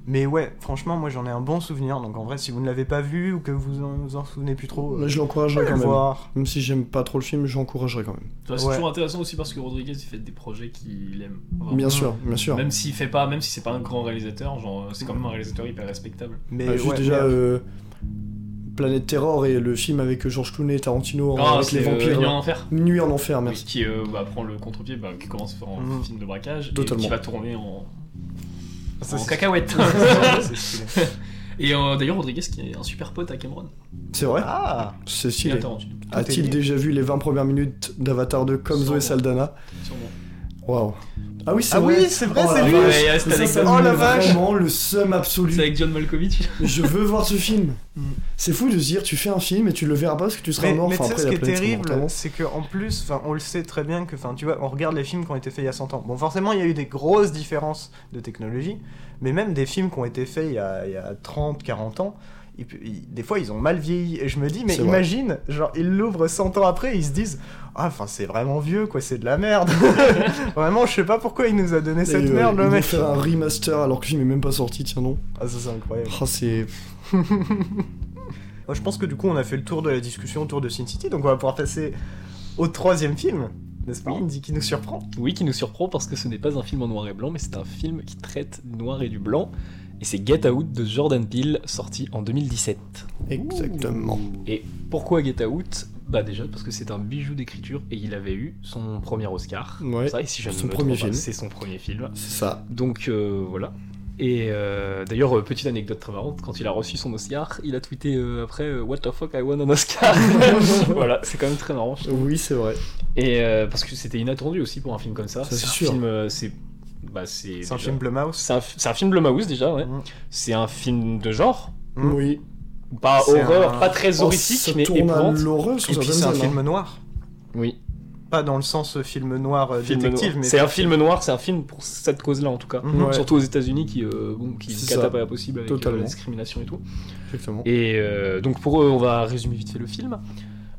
S1: Mais ouais, franchement, moi j'en ai un bon souvenir. Donc en vrai, si vous ne l'avez pas vu ou que vous en, vous en souvenez plus trop, euh,
S3: Mais je l'encouragerais
S1: allez
S3: quand
S1: le
S3: même.
S1: voir.
S3: Même si j'aime pas trop le film, j'encouragerais quand même.
S4: Tu vois, C'est
S1: Ouais.
S4: toujours intéressant aussi parce que Rodriguez, il fait des projets qu'il aime. Enfin,
S3: Bien sûr, bien sûr.
S4: Même s'il fait pas, même si c'est pas un grand réalisateur, genre, euh, c'est quand même un réalisateur hyper respectable.
S1: Mais
S3: Bah, juste
S1: ouais,
S3: déjà
S1: mais-
S3: euh, Planète Terror et le film avec George Clooney et Tarantino
S2: Ah,
S3: euh, avec les
S4: c'est, euh,
S3: vampires.
S4: Il y a un enfer.
S3: Nuit en enfer,
S4: Oui,
S3: merci.
S4: qui euh, bah, prend le contre-pied, bah, qui commence en
S1: Mhm.
S4: film de braquage,
S3: Totalement.
S4: et qui va tourner en,
S1: Ça,
S4: en
S1: c'est-
S4: cacahuète.
S1: c'est stylé.
S4: et euh, d'ailleurs, Rodriguez qui est un super pote à Cameron.
S3: C'est vrai
S1: Ah
S3: C'est
S4: Il
S3: stylé.
S4: Tarantino,
S1: est
S3: A-t-il
S1: lié.
S3: déjà vu les 20 premières minutes d'Avatar 2 comme
S4: Sûrement.
S3: Zoé Saldana
S4: sûrement.
S3: Waouh. Ah oui, c'est
S1: Ah
S3: vrai.
S1: oui, c'est vrai,
S3: Oh
S1: c'est
S3: la
S1: lui
S3: vache.
S4: Ouais, ouais, cette
S3: Ça, ça
S4: anecdote,
S3: me
S1: Oh la
S3: met
S1: vache.
S3: vraiment le seum
S4: C'est
S3: absolu.
S4: avec John Malkovich.
S3: Je veux voir ce film.
S1: Mm.
S3: C'est fou de se dire tu fais un film et tu le verras pas parce que tu seras
S1: Mais,
S3: mort.
S1: mais tu
S3: Enfin,
S1: sais,
S3: après
S1: ce qui
S3: la
S1: est
S3: planète sera morte
S1: terrible,
S3: avant.
S1: c'est qu'en plus, enfin, on le sait très bien que, enfin, tu vois, on regarde les films qui ont été faits il y a 100 ans. Bon, forcément, il y a eu des grosses différences de technologie, mais même des films qui ont été faits il y a, il y a 30, 40 ans, ils pu- ils- des fois, ils ont mal vieilli. Et je me dis, mais
S3: C'est vrai.
S1: imagine, genre, ils l'ouvrent 100 ans après, et ils se disent, ah, enfin, c'est vraiment vieux, quoi, c'est de la merde. vraiment, je sais pas pourquoi il nous a donné
S3: Et,
S1: cette
S3: euh,
S1: merde,
S3: ils
S1: le
S3: vont
S1: mec.
S3: faire un remaster alors que le film est même pas sorti, tiens non.
S1: Ah, ça, c'est incroyable.
S3: Ah, c'est.
S1: Moi, je pense que du coup, on a fait le tour de la discussion autour de Sin City, donc on va pouvoir passer au troisième film, n'est-ce pas,
S2: Oui.
S1: Andy, qui nous surprend.
S2: Oui, qui nous surprend parce que ce n'est pas un film en noir et blanc, mais c'est un film qui traite du noir et du blanc. Et c'est Get Out de Jordan Peele, sorti en 2017.
S3: Exactement.
S2: Et pourquoi Get Out Bah déjà parce que c'est un bijou d'écriture et il avait eu son premier Oscar.
S3: Ouais,
S2: Ça, et si je ne
S3: son
S2: me
S3: premier
S2: trompe
S3: film.
S2: pas, C'est son premier film.
S3: C'est ça.
S2: Donc euh, voilà. Et euh, d'ailleurs, euh, petite anecdote très marrante, quand il a reçu son Oscar, il a tweeté euh, après euh, What the fuck I won an Oscar Voilà, c'est quand même très marrant. je trouve.
S3: Oui, c'est vrai.
S2: Et euh, parce que c'était inattendu aussi pour un film comme ça.
S3: Ça, c'est
S2: un
S3: sûr.
S2: film, euh, c'est bah, c'est
S1: C'est un
S2: déjà-
S1: film Blumhouse.
S2: C'est un, c'est un film Blumhouse déjà, ouais.
S1: Mm.
S2: C'est un film de genre,
S1: Mm.
S3: Oui.
S2: pas
S1: C'est
S2: horreur,
S1: un-
S2: pas très
S3: On
S2: horrifique,
S3: se
S2: mais
S3: tourne à
S2: épouvante.
S3: l'horreur
S1: Et
S3: sur
S1: puis c'est un
S3: certaines scènes,
S1: film noir.
S2: Oui.
S1: pas dans le sens euh, film noir euh,
S2: Film
S1: détective,
S2: noir.
S1: mais
S2: C'est un film noir, c'est un film pour cette cause-là en tout cas.
S1: Mhm.
S3: Ouais.
S2: Surtout aux États-Unis qui, euh, bon, qui
S3: C'est
S2: cata
S3: ça.
S2: pas possible avec euh,
S3: Totalement.
S2: la discrimination et tout.
S3: Exactement.
S2: Et euh, donc pour eux, on va résumer vite fait le film.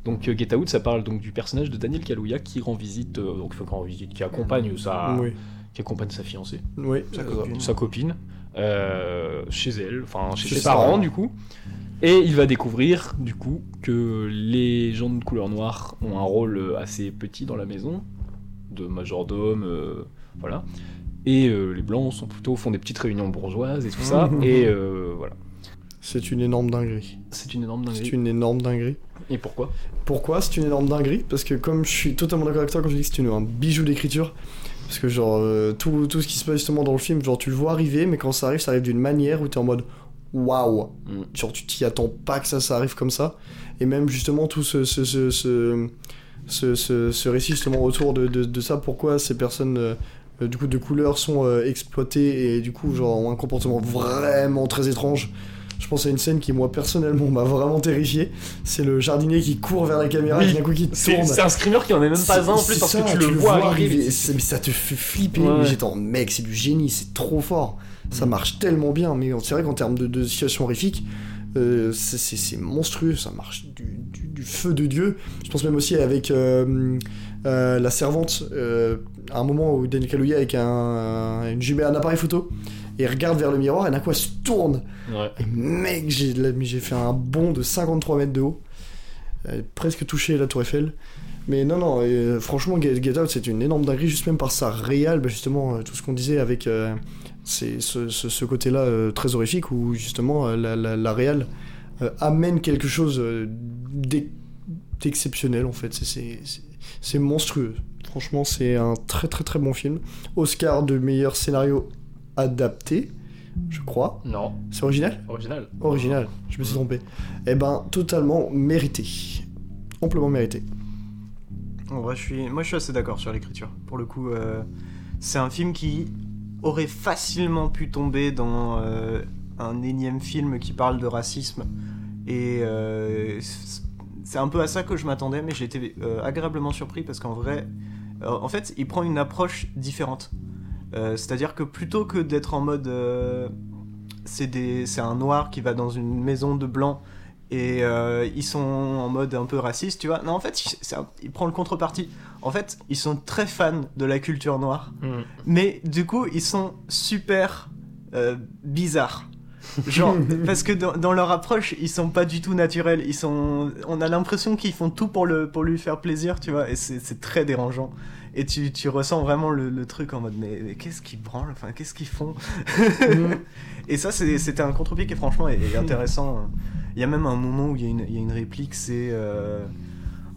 S2: Donc euh, Get Out, ça parle donc du personnage de Daniel Kaluuya qui rend visite, euh, donc enfin, qui rend visite, qui accompagne sa,
S3: Mm. Oui.
S2: qui accompagne sa fiancée,
S3: Oui.
S1: Sa
S3: euh,
S1: copine.
S2: sa copine, euh, chez elle, enfin chez
S3: Chez
S2: ses
S3: ses
S2: parents
S3: parents.
S2: du coup. Et il va découvrir du coup que les gens de couleur noire ont un rôle euh, assez petit dans la maison, de majordome, euh, voilà. Et euh, les blancs sont plutôt font des petites réunions bourgeoises et tout ça. et euh, voilà,
S3: C'est une énorme dinguerie.
S2: c'est une énorme dinguerie.
S3: C'est une énorme dinguerie.
S2: Et pourquoi
S3: Pourquoi c'est une énorme dinguerie Parce que comme je suis totalement d'accord avec toi quand je dis que c'est une- un bijou d'écriture, parce que genre euh, tout, tout ce qui se passe justement dans le film, genre tu le vois arriver, mais quand ça arrive, ça arrive d'une manière où t'es en mode waouh,
S2: Mm.
S3: genre tu t'y attends pas que ça, ça arrive comme ça, et même justement tout ce ce ce, ce, ce- ce- ce récit justement autour de, de, de ça, pourquoi ces personnes euh, euh, du coup de couleur sont euh, exploitées et du coup genre ont un comportement vraiment très étrange. Je pense à une scène qui moi personnellement m'a vraiment terrifié. C'est le jardinier qui court vers la caméra
S2: Oui,
S3: et d'un coup qui
S2: C'est
S3: tourne.
S2: c'est un screamer qui en est même pas un en
S3: C'est-
S2: plus parce
S3: c'est
S2: que
S3: ça,
S2: tu le vois arriver.
S3: c'est- Mais ça te fait flipper.
S2: Ouais. Mm.
S3: Mais J'étais en mec, c'est du génie, c'est trop fort. Ça marche tellement bien. Mais c'est vrai qu'en termes de, de situation horrifique, euh, c'est- c'est c'est monstrueux. Ça marche du, du- du feu de Dieu. Je pense même aussi avec euh, euh, la servante, euh, à un moment où Daniel Kaluuya avec un, une jumelle, un appareil photo, et il regarde vers le miroir et d'un coup elle se tourne.
S2: Ouais.
S3: Et mec, j'ai de la- mais j'ai fait un bond de 53 mètres de haut, Euh, presque touché la tour Eiffel. Mais non, non, euh, franchement, Get, Get Out, c'est une énorme dinguerie, juste même par sa réal, bah, justement, euh, tout ce qu'on disait avec euh, c'est ce, ce- ce côté-là euh, très horrifique, où justement euh, la, la, la réal euh, amène quelque chose euh, d'ex- d'exceptionnel, en fait. C'est- c'est- c'est- C'est monstrueux. Franchement, c'est un très très très bon film. Oscar de meilleur scénario adapté, je crois.
S2: Non,
S3: C'est original
S2: original.
S3: Original, je me suis trompé. Eh ben, totalement mérité. Amplement mérité.
S1: En vrai, je suis... moi je suis assez d'accord sur l'écriture. Pour le coup, euh, c'est un film qui aurait facilement pu tomber dans euh, un énième film qui parle de racisme. Et euh, c- c'est un peu à ça que je m'attendais, mais j'ai été euh, agréablement surpris parce qu'en vrai, euh, en fait, il prend une approche différente. Euh, C'est-à-dire que plutôt que d'être en mode euh, c'est des- c'est un noir qui va dans une maison de blanc et euh, ils sont en mode un peu raciste, tu vois. Non, en fait, il- c'est un- il prend le contreparti. En fait, ils sont très fans de la culture noire,
S2: Mm.
S1: mais du coup, ils sont super euh, bizarres. Genre, parce que dans, dans leur approche, ils sont pas du tout naturels. Ils sont, on a l'impression qu'ils font tout pour le pour lui faire plaisir, tu vois. Et c'est c'est très dérangeant. Et tu, tu ressens vraiment le, le truc en mode mais, mais qu'est-ce qu'ils branlent, enfin qu'est-ce qu'ils font. et ça, c'est- c'était un contre-pied qui franchement est, est intéressant. Il y a même un moment où il y a une, il y a une réplique, c'est euh,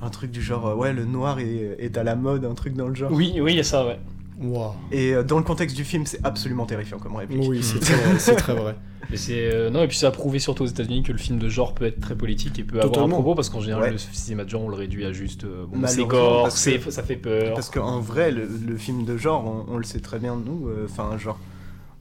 S1: un truc du genre euh, ouais le noir est, est à la mode, un truc dans le genre.
S2: Oui, oui, il y a ça, ouais.
S3: Waouh.
S1: Et euh, dans le contexte du film, c'est absolument terrifiant comme réplique.
S3: Oui, c'est très vrai. C'est très vrai.
S2: Mais c'est euh, non et puis ça a prouvé surtout aux États-Unis que le film de genre peut être très politique et peut avoir un
S3: Totalement.
S2: propos parce qu'en général
S1: Ouais.
S2: le cinéma de genre on le réduit à juste euh, bon, c'est
S1: Malheureusement,
S2: gore,
S1: parce que-
S2: c'est- ça fait peur.
S1: Parce qu'en vrai, le, le film de genre, on, on le sait très bien nous, euh, enfin genre.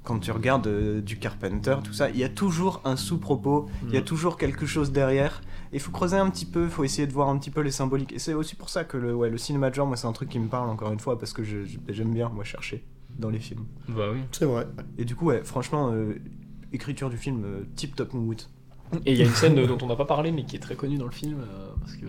S1: Quand tu regardes euh, du Carpenter, tout ça, il y a toujours un sous-propos, il y a
S2: Mm.
S1: toujours quelque chose derrière. Il faut creuser un petit peu, il faut essayer de voir un petit peu les symboliques. Et c'est aussi pour ça que le, ouais, le cinéma de genre, moi, c'est un truc qui me parle encore une fois, parce que je- je- j'aime bien, moi, chercher dans les films.
S2: Bah oui.
S3: C'est vrai.
S1: Et du coup, ouais, franchement, euh, écriture du film, euh, tip top mood.
S2: Et il y a une scène euh, dont on n'a pas parlé mais qui est très connue dans le film euh, parce que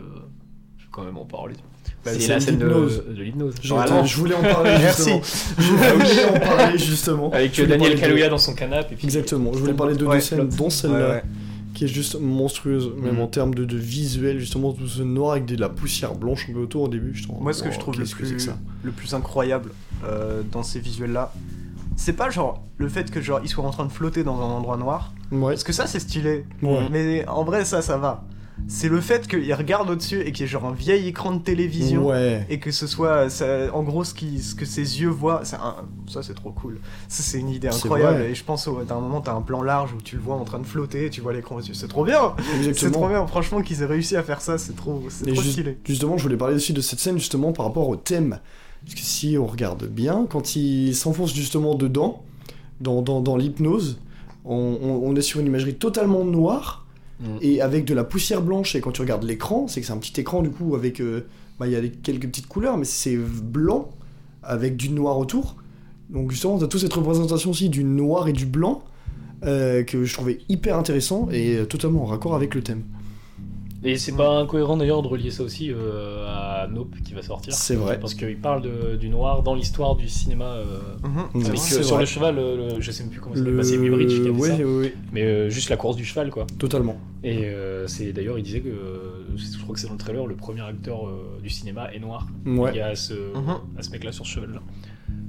S2: je vais quand même en parler.
S1: Bah,
S2: c'est
S1: c'est
S2: la
S3: une
S2: scène de,
S3: hypnose.
S2: de l'hypnose.
S3: Je,
S1: Voilà.
S3: je voulais en parler justement. Je voulais en parler justement.
S2: Avec
S3: Je
S2: euh,
S3: voulais
S2: Daniel
S3: parler de-
S2: Kaluuya dans son canapé et puis
S3: Exactement. Je voulais parler de
S1: Ouais,
S3: deux scènes,
S1: l'autre.
S3: dont
S1: Ouais,
S3: celle-là,
S1: ouais. Mm.
S3: qui est juste monstrueuse, même
S2: Mhm.
S3: en termes de, de visuel, justement tout ce noir avec de la poussière blanche un peu autour au début. Je Oh,
S1: Moi, ce que je trouve le plus, le plus incroyable euh, dans ces visuels-là, c'est pas genre le fait que genre ils soient en train de flotter dans un endroit noir,
S3: Ouais.
S1: parce que ça c'est stylé,
S3: Ouais.
S1: mais en vrai ça ça va. C'est le fait qu'ils regardent au-dessus et qu'il y ait genre un vieil écran de télévision.
S3: Ouais.
S1: Et que ce soit ça- en gros ce, qui, ce que ses yeux voient, ça, un- ça c'est trop cool. Ça c'est une idée
S3: C'est
S1: incroyable.
S3: vrai.
S1: Et je pense au- à un moment t'as un plan large où tu le vois en train de flotter, tu vois l'écran au-dessus. C'est trop bien! C'est
S3: Exactement.
S1: trop bien, franchement qu'ils aient réussi à faire ça, c'est trop, c'est
S3: Et
S1: trop
S3: ju-
S1: stylé.
S3: Justement, je voulais parler aussi de cette scène justement par rapport au thème. Parce que si on regarde bien, quand il s'enfonce justement dedans, dans, dans, dans l'hypnose, on, on- on est sur une imagerie totalement noire,
S2: Mm.
S3: et avec de la poussière blanche. Et quand tu regardes l'écran, c'est que c'est un petit écran du coup avec. euh, bah, Il y a des- quelques petites couleurs, mais c'est blanc avec du noir autour. Donc justement, t'as toute cette représentation aussi du noir et du blanc euh, que je trouvais hyper intéressant et totalement en raccord avec le thème.
S2: Et c'est pas incohérent d'ailleurs de relier ça aussi euh, à Nope qui va sortir.
S3: C'est vrai.
S2: Parce qu'il parle de- du noir dans l'histoire du cinéma. euh,
S3: Mhm.
S2: avec,
S3: C'est
S2: euh, sur
S3: vrai.
S2: le cheval, euh, le- je sais même plus comment ça s'appelle,
S3: Le...
S2: bah, c'est Mubridge qui a fait
S3: ouais,
S2: ça.
S3: ouais, ouais,
S2: Mais euh, juste la course du cheval, quoi.
S3: totalement.
S2: Et euh, c'est d'ailleurs, il disait que, euh, je crois que c'est dans le trailer, le premier acteur euh, du cinéma est noir. Il y
S3: Ouais. Hein.
S2: a ce,
S1: Mhm.
S2: à ce mec-là sur ce cheval-là.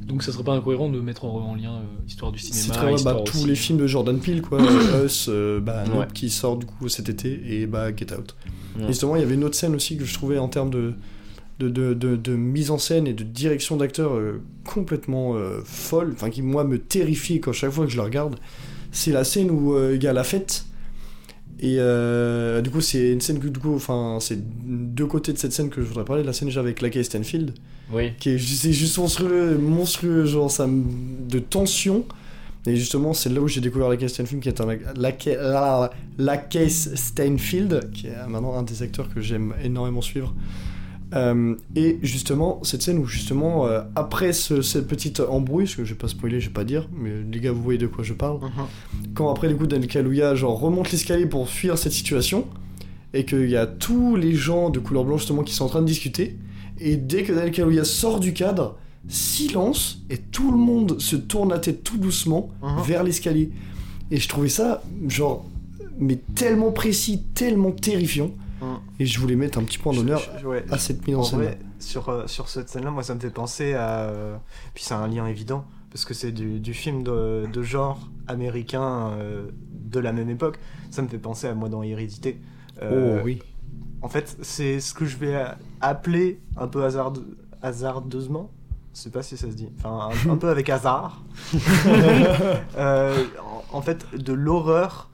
S2: Donc ça serait pas incohérent de mettre en, en lien euh, histoire du
S3: C'est
S2: cinéma,
S3: très vrai,
S2: histoire
S3: bah, tous
S2: aussi.
S3: les films de Jordan Peele, quoi. Euh, Us, euh, bah, Nope,
S2: Ouais.
S3: qui sort du coup cet été, et bah, Get Out.
S2: Ouais.
S3: Et Justement, il y avait une autre scène aussi que je trouvais en termes de, de, de, de- de mise en scène et de direction d'acteur euh, complètement euh, folle, enfin qui, moi, me terrifie quand chaque fois que je la regarde. C'est la scène où euh, il y a la fête. Et euh, du coup, c'est une scène que, du coup, enfin, c'est deux côtés de cette scène que je voudrais parler. La scène déjà avec Lackey Stanfield.
S2: Oui.
S3: qui est ju- c'est juste monstrueux, monstrueux, genre ça me- de tension. Et justement, c'est là où j'ai découvert la Caisse Stanfield, qui est un la, la, la Caisse Stanfield, qui est maintenant un des acteurs que j'aime énormément suivre. Euh, et justement, cette scène où justement euh, après ce- cette petite embrouille, parce que je vais pas spoiler, je vais pas dire, mais les gars, vous voyez de quoi je parle
S1: Mhm.
S3: quand après les coups d'El Kalouya, genre remonte l'escalier pour fuir cette situation, et qu'il y a tous les gens de couleur blanche justement qui sont en train de discuter, et dès que Del Kalouya sort du cadre, silence, et tout le monde se tourne la tête tout doucement
S1: Mhm.
S3: vers l'escalier. Et je trouvais ça, genre, mais tellement précis, tellement terrifiant,
S1: Mhm.
S3: et je voulais mettre un petit point d'honneur
S1: Je- je- ouais,
S3: à cette mise en
S1: En
S3: scène.
S1: vrai, sur, euh, sur cette scène-là, moi, ça me fait penser à. euh, Puis c'est un lien évident, parce que c'est du, du film de, de genre américain euh, de la même époque. Ça me fait penser à moi dans Hérédité. Euh,
S3: Oh, oui.
S1: En fait, c'est ce que je vais a- appeler un peu hasarde- hasardeusement. Je sais pas si ça se dit. Enfin, un, un peu avec hasard. Euh, en, en fait, de l'horreur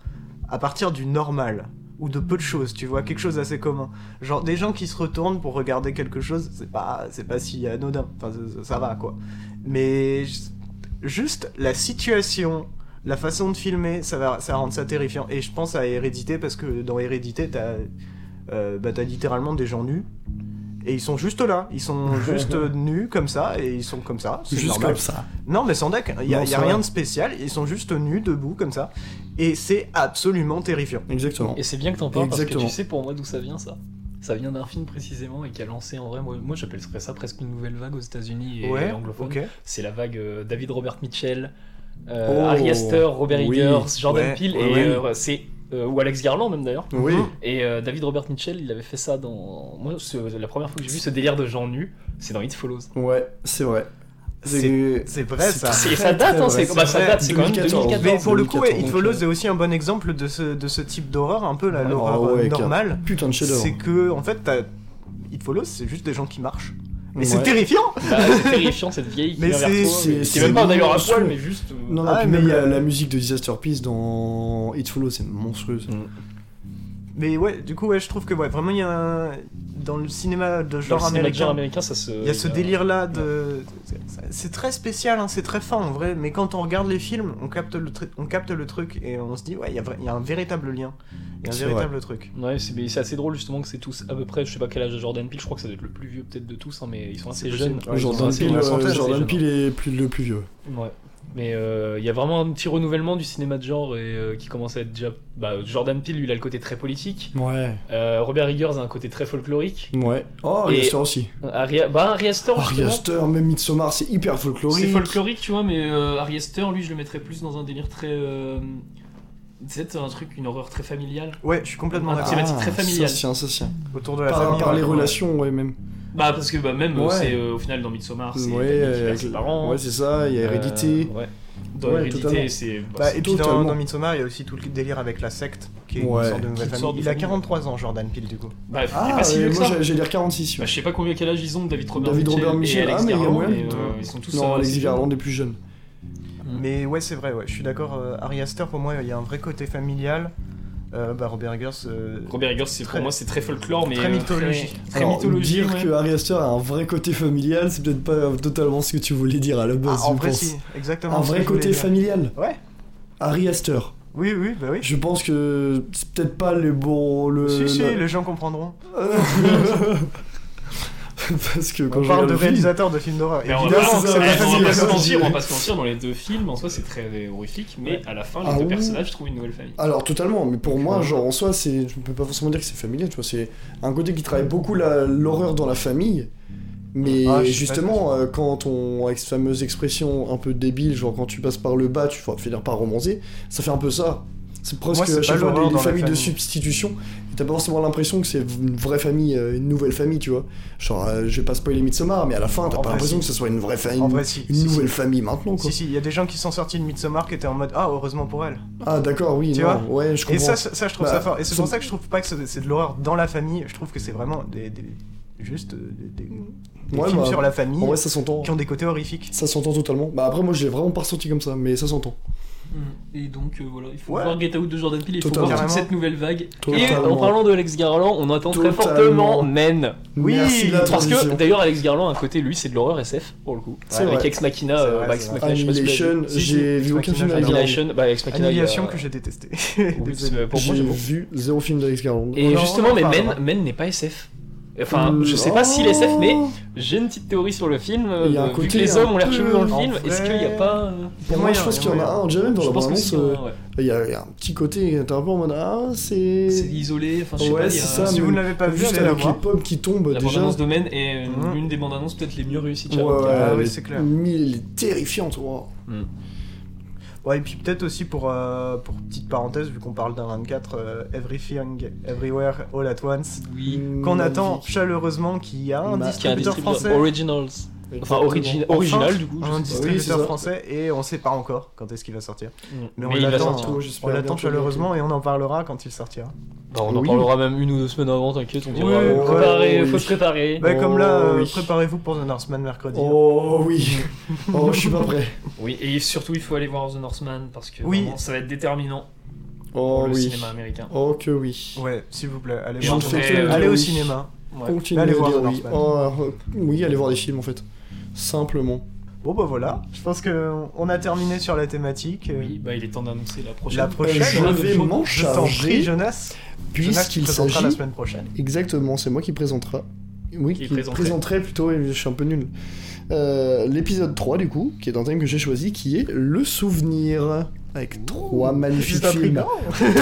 S1: à partir du normal ou de peu de choses, tu vois, quelque chose d'assez commun. Genre des gens qui se retournent pour regarder quelque chose, c'est pas, c'est pas si anodin. Enfin, ça- ça- ça va quoi. Mais ju- juste la situation, la façon de filmer, ça va, ça rend ça terrifiant. Et je pense à Hérédité parce que dans Hérédité, t'as euh, bah, t'as littéralement des gens nus. Et ils sont juste là, ils sont juste euh, nus comme ça, et ils sont comme ça. c'est
S3: Juste
S1: normal.
S3: comme ça.
S1: Non, mais sans deck, il n'y a,
S3: Non,
S1: y a
S3: c'est
S1: rien
S3: vrai.
S1: de spécial, ils sont juste nus, debout, comme ça. Et c'est absolument terrifiant.
S3: Exactement.
S2: Et c'est bien que t'en parles parce
S3: Exactement.
S2: que tu sais pour moi d'où ça vient ça. Ça vient d'un film précisément et qui a lancé en vrai, moi, moi j'appellerais ça presque une nouvelle vague aux États-Unis et
S1: ouais,
S2: anglophone.
S1: ok.
S2: C'est la vague euh, David Robert Mitchell, euh,
S3: Oh,
S2: Ari Aster, Robert
S3: oui,
S2: Eggers, Jordan
S1: ouais,
S2: Peele
S1: ouais,
S2: et
S1: ouais.
S2: euh, c'est euh, ou Alex Garland même d'ailleurs.
S3: Oui.
S1: Mhm.
S2: Et euh, David Robert Mitchell, il avait fait ça dans moi ce- la première fois que j'ai vu ce délire de gens nus, c'est dans It Follows.
S3: Ouais, c'est vrai.
S1: C'est vrai, ça.
S2: C'est- ça date, hein, c'est
S1: c'est
S2: bah, ça
S1: Ah, vrai,
S2: date, c'est quand même
S3: 2014.
S2: 2014.
S1: Mais pour le coup, ouais,
S3: 2014,
S1: It
S3: donc,
S1: Follows
S3: ouais.
S1: est aussi un bon exemple de ce, de ce type d'horreur, un peu là,
S2: Ouais,
S1: l'horreur
S3: ah ouais,
S1: euh,
S3: car-
S1: normale.
S3: Putain de chef-d'œuvre.
S1: C'est que, en fait, t'as- It Follows, c'est juste des gens qui marchent. Mais c'est
S3: Ouais.
S1: terrifiant
S2: Bah, c'est terrifiant cette vieille qui
S1: Mais
S2: vient vers
S1: c'est-
S2: toi,
S3: c'est-
S2: mais- C'est
S3: c'est
S2: même pas d'ailleurs à
S3: monstrueux.
S2: poil, mais juste. euh,
S3: Non, non,
S1: Ah,
S3: puis
S1: mais
S3: même
S1: il y a-
S3: la, la musique de Disaster Peace dans It Follows, c'est monstrueuse.
S1: Mais ouais, du coup, ouais, je trouve que ouais, vraiment, il y a un- Dans le cinéma de
S2: Dans le
S1: genre
S2: cinéma de genre
S1: américain,
S2: américain, ça se. euh,
S1: Il y a ce
S3: Euh,
S1: délire-là de. c'est- C'est très spécial, hein, c'est très fin en vrai, mais quand on regarde les films, on capte le, tru- on capte le truc et on se dit, ouais, il y, a vra- il y a un véritable lien. Il y a un
S3: C'est
S1: véritable truc.
S2: Ouais, c'est mais c'est assez drôle justement que c'est tous à peu près, je sais pas quel âge a Jordan Peele, je crois que ça doit être le plus vieux peut-être de tous, hein, mais ils sont assez
S1: C'est
S2: jeunes.
S1: possible.
S2: Ouais, ils sont
S3: Jordan
S2: assez-
S3: Peele,
S2: ils
S3: euh,
S2: sont assez
S3: Jordan
S2: jeunes.
S3: Peele est plus, le plus vieux.
S2: Ouais. Mais euh, il y a vraiment un petit renouvellement du cinéma de genre et euh, qui commence à être déjà. Bah, Jordan Peele, lui, il a le côté très politique.
S3: Ouais.
S2: Euh, Robert Eggers a un côté très folklorique.
S3: Ouais. Oh, Ari
S2: Et-
S3: Aster aussi.
S2: Ari, bah, Ari Aster,
S3: Ari
S2: justement.
S3: Aster, même Midsommar, c'est hyper folklorique.
S4: Oh, C'est folklorique, tu vois, mais euh, Ari Aster, lui, je le mettrais plus dans un délire très. euh, C'est un truc, une horreur très familiale.
S1: Ouais, je suis complètement
S4: Ah,
S1: d'accord.
S4: thématique très familiale.
S3: Ça se tient, ça se tient.
S1: Autour de la
S3: Par,
S1: famille.
S3: par les
S1: ouais.
S3: relations, ouais, même.
S4: Bah, parce que bah, même, euh,
S3: Ouais.
S4: c'est euh, au final dans Midsommar, c'est
S3: ouais,
S4: la famille qui
S3: euh,
S4: perd ses parents.
S3: ouais, c'est ça, il y a Hérédité.
S2: Euh, ouais.
S4: Dans
S3: Ouais,
S4: Hérédité,
S3: totalement.
S4: c'est. bah,
S1: Bah,
S4: c'est-
S1: et puis dans,
S3: Totalement.
S1: dans Midsommar, il y a aussi tout le délire avec la secte, qui est
S3: Ouais.
S1: une sorte de nouvelle
S4: Une
S1: famille.
S4: sorte de
S1: il a
S4: famille.
S1: 43 ans, Jordan Peele, du coup.
S4: Bah, il est
S3: Ah,
S4: pas si
S3: euh,
S4: vieux que
S3: moi
S4: ça.
S3: j'ai- j'ai dire 46.
S4: Bah,
S3: Ouais.
S4: je sais pas combien quel âge ils ont, David Robert
S3: David
S4: Mitchell
S3: Robert
S4: et
S3: Michel,
S4: Alex
S3: ah, mais il y a
S4: Garland,
S3: moyen.
S4: et, euh, ils sont tous
S3: non,
S4: euh,
S3: Alex
S4: assez
S3: Garland est plus jeune.
S4: Mm.
S1: Mais ouais, c'est vrai, ouais, je suis d'accord. euh, Ari Aster, pour moi, il y a un vrai côté familial. Euh, bah, Robert Eggers. euh,
S4: Robert Eggers, c'est pour
S1: Très-
S4: moi, c'est très folklore, mais
S1: très
S4: euh,
S1: mythologie.
S4: très, très
S3: Alors,
S4: mythologie.
S3: Dire
S4: ouais.
S3: que Ari Aster a un vrai côté familial, c'est peut-être pas totalement ce que tu voulais dire à la
S1: ah,
S3: base.
S1: en
S3: je
S1: vrai,
S3: pense.
S1: si, exactement.
S3: Un
S1: ce
S3: vrai
S1: que je voulais
S3: côté
S1: dire.
S3: familial.
S1: Ouais.
S3: Ari Aster.
S1: Oui, oui, bah oui.
S3: Je pense que c'est peut-être pas les bons. Le,
S1: si, si,
S3: le-
S1: les gens comprendront.
S3: Parce que quand
S1: On
S3: je
S1: parle
S3: regarde
S1: de
S3: le film-
S1: réalisateurs de films d'horreur.
S4: Mais on va
S1: Évidemment
S4: pas-
S1: que
S3: c'est
S1: c'est
S3: ça,
S1: pas
S4: eh, on va
S1: facile.
S4: pas se
S3: facile.
S4: mentir, on va pas se mentir, dans les deux films, en soi, c'est très horrifique, mais à la fin, les
S3: Ah
S4: deux
S3: oui.
S4: personnages trouvent une nouvelle famille.
S3: Alors totalement, mais pour moi,
S1: Ouais.
S3: genre en soi, c'est, je ne peux pas forcément dire que c'est familial, tu vois, c'est un côté qui travaille beaucoup la- l'horreur dans la famille, mais
S1: Ah, je suis
S3: justement, euh, quand on, avec cette fameuse expression un peu débile, genre quand tu passes par le bas, tu vas finir par romancer, ça fait un peu ça. C'est presque
S1: Moi, c'est
S3: à chaque
S1: pas
S3: fois
S1: l'horreur
S3: des, des
S1: dans la
S3: familles de
S1: famille.
S3: substitution, et t'as pas forcément l'impression que c'est une vraie famille, euh, une nouvelle famille, tu vois. Genre, euh, je vais pas spoiler Midsommar, mais à la fin, t'as
S1: En
S3: pas
S1: vrai,
S3: l'impression
S1: si.
S3: que ce soit une vraie famille,
S1: En vrai, si.
S3: une
S1: si,
S3: nouvelle
S1: si.
S3: famille maintenant, quoi.
S1: Si, si, il y a des gens qui sont sortis de Midsommar qui étaient en mode Ah, heureusement pour elle.
S3: Ah d'accord, oui,
S1: Tu
S3: non, ouais, je comprends.
S1: Et ça, ça, ça, je trouve
S3: Bah,
S1: ça fort. Et c'est pour
S3: son-
S1: ça que je trouve pas que c'est c'est de l'horreur dans la famille. Je trouve que c'est vraiment des, des- juste euh, des, des- des
S3: Ouais,
S1: films
S3: bah,
S1: sur la famille
S3: En vrai, ça s'entend.
S1: qui ont des côtés horrifiques.
S3: Ça s'entend totalement. Bah après moi je l'ai vraiment pas ressenti comme ça, mais ça s'entend.
S4: Ah. Et donc, euh, voilà, il
S1: faut Ouais. voir
S4: Get Out de Jordan Peele,
S3: il faut Totalement. voir toute
S1: cette
S4: nouvelle vague.
S2: Et en
S3: Totalement.
S2: parlant de Alex Garland, on attend très
S3: Totalement.
S2: fortement Men.
S1: Oui,
S3: Merci de la
S2: Parce que
S3: transition.
S2: d'ailleurs, Alex Garland, à un côté, lui, c'est de l'horreur SF pour le coup.
S3: C'est
S2: Avec
S3: vrai.
S2: Ex Machina,
S1: C'est
S2: euh,
S1: vrai,
S2: bah, Ex
S1: c'est vrai.
S2: Machina, je sais pas si tu l'as vu.
S3: Annihilation,
S1: si,
S3: j'ai
S1: si,
S3: vu aucun film
S1: Annihilation,
S3: d'Alex Garland.
S2: Annihilation, bah, Ex Machina. il y a-
S1: Annihilation que j'ai détesté.
S2: Oui, c'est- euh, pour moi,
S3: J'ai
S2: j'avoue.
S3: vu zéro film d'Alex Garland.
S2: Et
S1: On en
S2: justement, mais
S1: reparlera.
S2: Men, Men n'est pas SF. Enfin,
S3: Euh,
S2: je sais pas s'il est SF,
S3: oh.
S2: mais j'ai une petite théorie sur le film. euh,
S3: Il y a un
S2: vu que
S3: côté
S2: les
S3: un
S2: hommes ont l'air
S3: peu
S2: chelous dans le film,
S1: en
S2: est-ce qu'il n'y a
S1: vrai.
S2: pas. euh,
S3: Pour moi, je pense qu'il y en a un déjà même dans
S4: Je
S3: la
S4: pense que
S3: bande-annonce.
S4: si,
S3: euh,
S4: ouais.
S3: Il y, a il y a un petit côté, t'es un peu en mode ah
S4: c'est
S3: c'est.
S4: isolé, enfin, je sais
S3: Ouais,
S4: pas, il y a...
S3: c'est ça.
S1: si
S3: mais-
S1: vous ne l'avez pas vu,
S3: Juste
S1: allez la
S3: avec les
S1: voir.
S3: pommes qui tombent
S4: La
S3: déjà. Hein
S4: bande-annonce de Men est une,
S1: Mhm.
S4: une des bandes-annonces peut-être les mieux réussies. de
S3: Ouais,
S4: Sherlock.
S3: ouais,
S1: Ah
S3: elle
S1: oui,
S3: est-
S1: c'est clair.
S3: mais elle est terrifiante, wow.
S1: Ouais, et puis peut-être aussi pour, euh, pour petite parenthèse, vu qu'on parle d'un 24, euh, Everything, Everywhere, All at Once,
S4: Oui.
S1: qu'on
S3: Magnifique.
S1: attend chaleureusement qu'il y a un
S3: Ma-
S2: Qui a un
S1: distributeur
S2: distributeur
S1: français.
S2: Originals. Enfin,
S3: Exactement.
S2: origi- original
S1: Enfin,
S2: du coup.
S1: Un
S2: je sais pas.
S3: Oui, c'est
S1: distributeur
S3: ça.
S1: français et on sait pas encore quand est-ce qu'il va sortir. Mais, on
S2: Mais il va
S1: l'attend,
S2: sortir.
S1: hein.
S3: J'espère
S1: on l'attend
S3: bientôt,
S1: chaleureusement et on en parlera quand il sortira.
S3: Oh,
S2: Bah, on en
S3: Oui.
S2: parlera même une ou deux semaines avant, t'inquiète, on dira.
S1: Oui,
S2: euh,
S1: ouais,
S2: préparez,
S3: oui.
S2: faut se préparer.
S1: Bah, comme là,
S3: Oh,
S1: euh,
S3: oui.
S1: préparez-vous pour The Northman mercredi.
S3: Oh oui. Oh, je suis pas prêt.
S4: Oui, et surtout, il faut aller voir The Northman parce que
S1: Oui.
S4: vraiment, ça va être déterminant pour
S3: Oh
S4: le
S3: oui.
S4: cinéma américain.
S3: Oh que oui.
S1: Ouais, s'il vous plaît, allez,
S4: Et
S1: voir
S4: on
S1: The
S4: fait-
S1: Northman.
S4: euh,
S1: allez au
S3: oui.
S1: cinéma.
S4: Ouais.
S3: Continuez
S1: Allez
S3: à
S1: voir
S3: dire
S1: The
S3: oui.
S1: Northman.
S3: Oh, euh, oui, allez voir des films en fait. Simplement.
S1: Bon bah voilà, je pense que on a terminé sur la thématique. Euh,
S4: Oui, bah, il est temps d'annoncer la prochaine.
S1: La prochaine,
S3: je
S1: hein,
S3: vais
S1: je
S3: m'en
S1: je t'en prie,
S3: charger.
S1: Jonas. Jonas qui
S3: Puisqu'il
S1: présentera la
S3: s'agit
S1: semaine prochaine.
S3: Exactement, c'est moi qui présentera. Oui,
S4: Qui
S3: qui,
S4: présenterait.
S3: présenterait. plutôt, et je suis un peu nul. Euh, L'épisode 3, du coup, qui est un thème que j'ai choisi, qui est le souvenir. Avec trois magnifiques
S1: C'est
S3: films
S1: intriguant.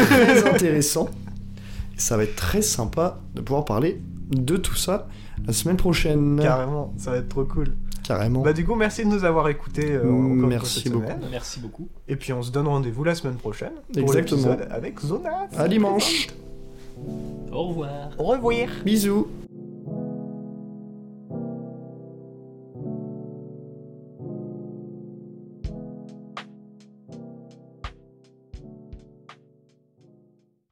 S3: très intéressants. Ça va être très sympa de pouvoir parler de tout ça la semaine prochaine.
S1: Carrément, ça va être trop cool.
S3: Carrément.
S1: Bah du coup, merci de nous avoir écoutés euh,
S3: Mm,
S1: encore
S3: merci
S1: cette
S3: beaucoup.
S1: semaine.
S4: Merci beaucoup.
S1: Et puis on se donne rendez-vous la semaine prochaine pour
S3: Exactement. Ah.
S1: l'épisode avec Zona.
S3: à dimanche.
S4: Au revoir.
S1: Au revoir.
S3: Bisous.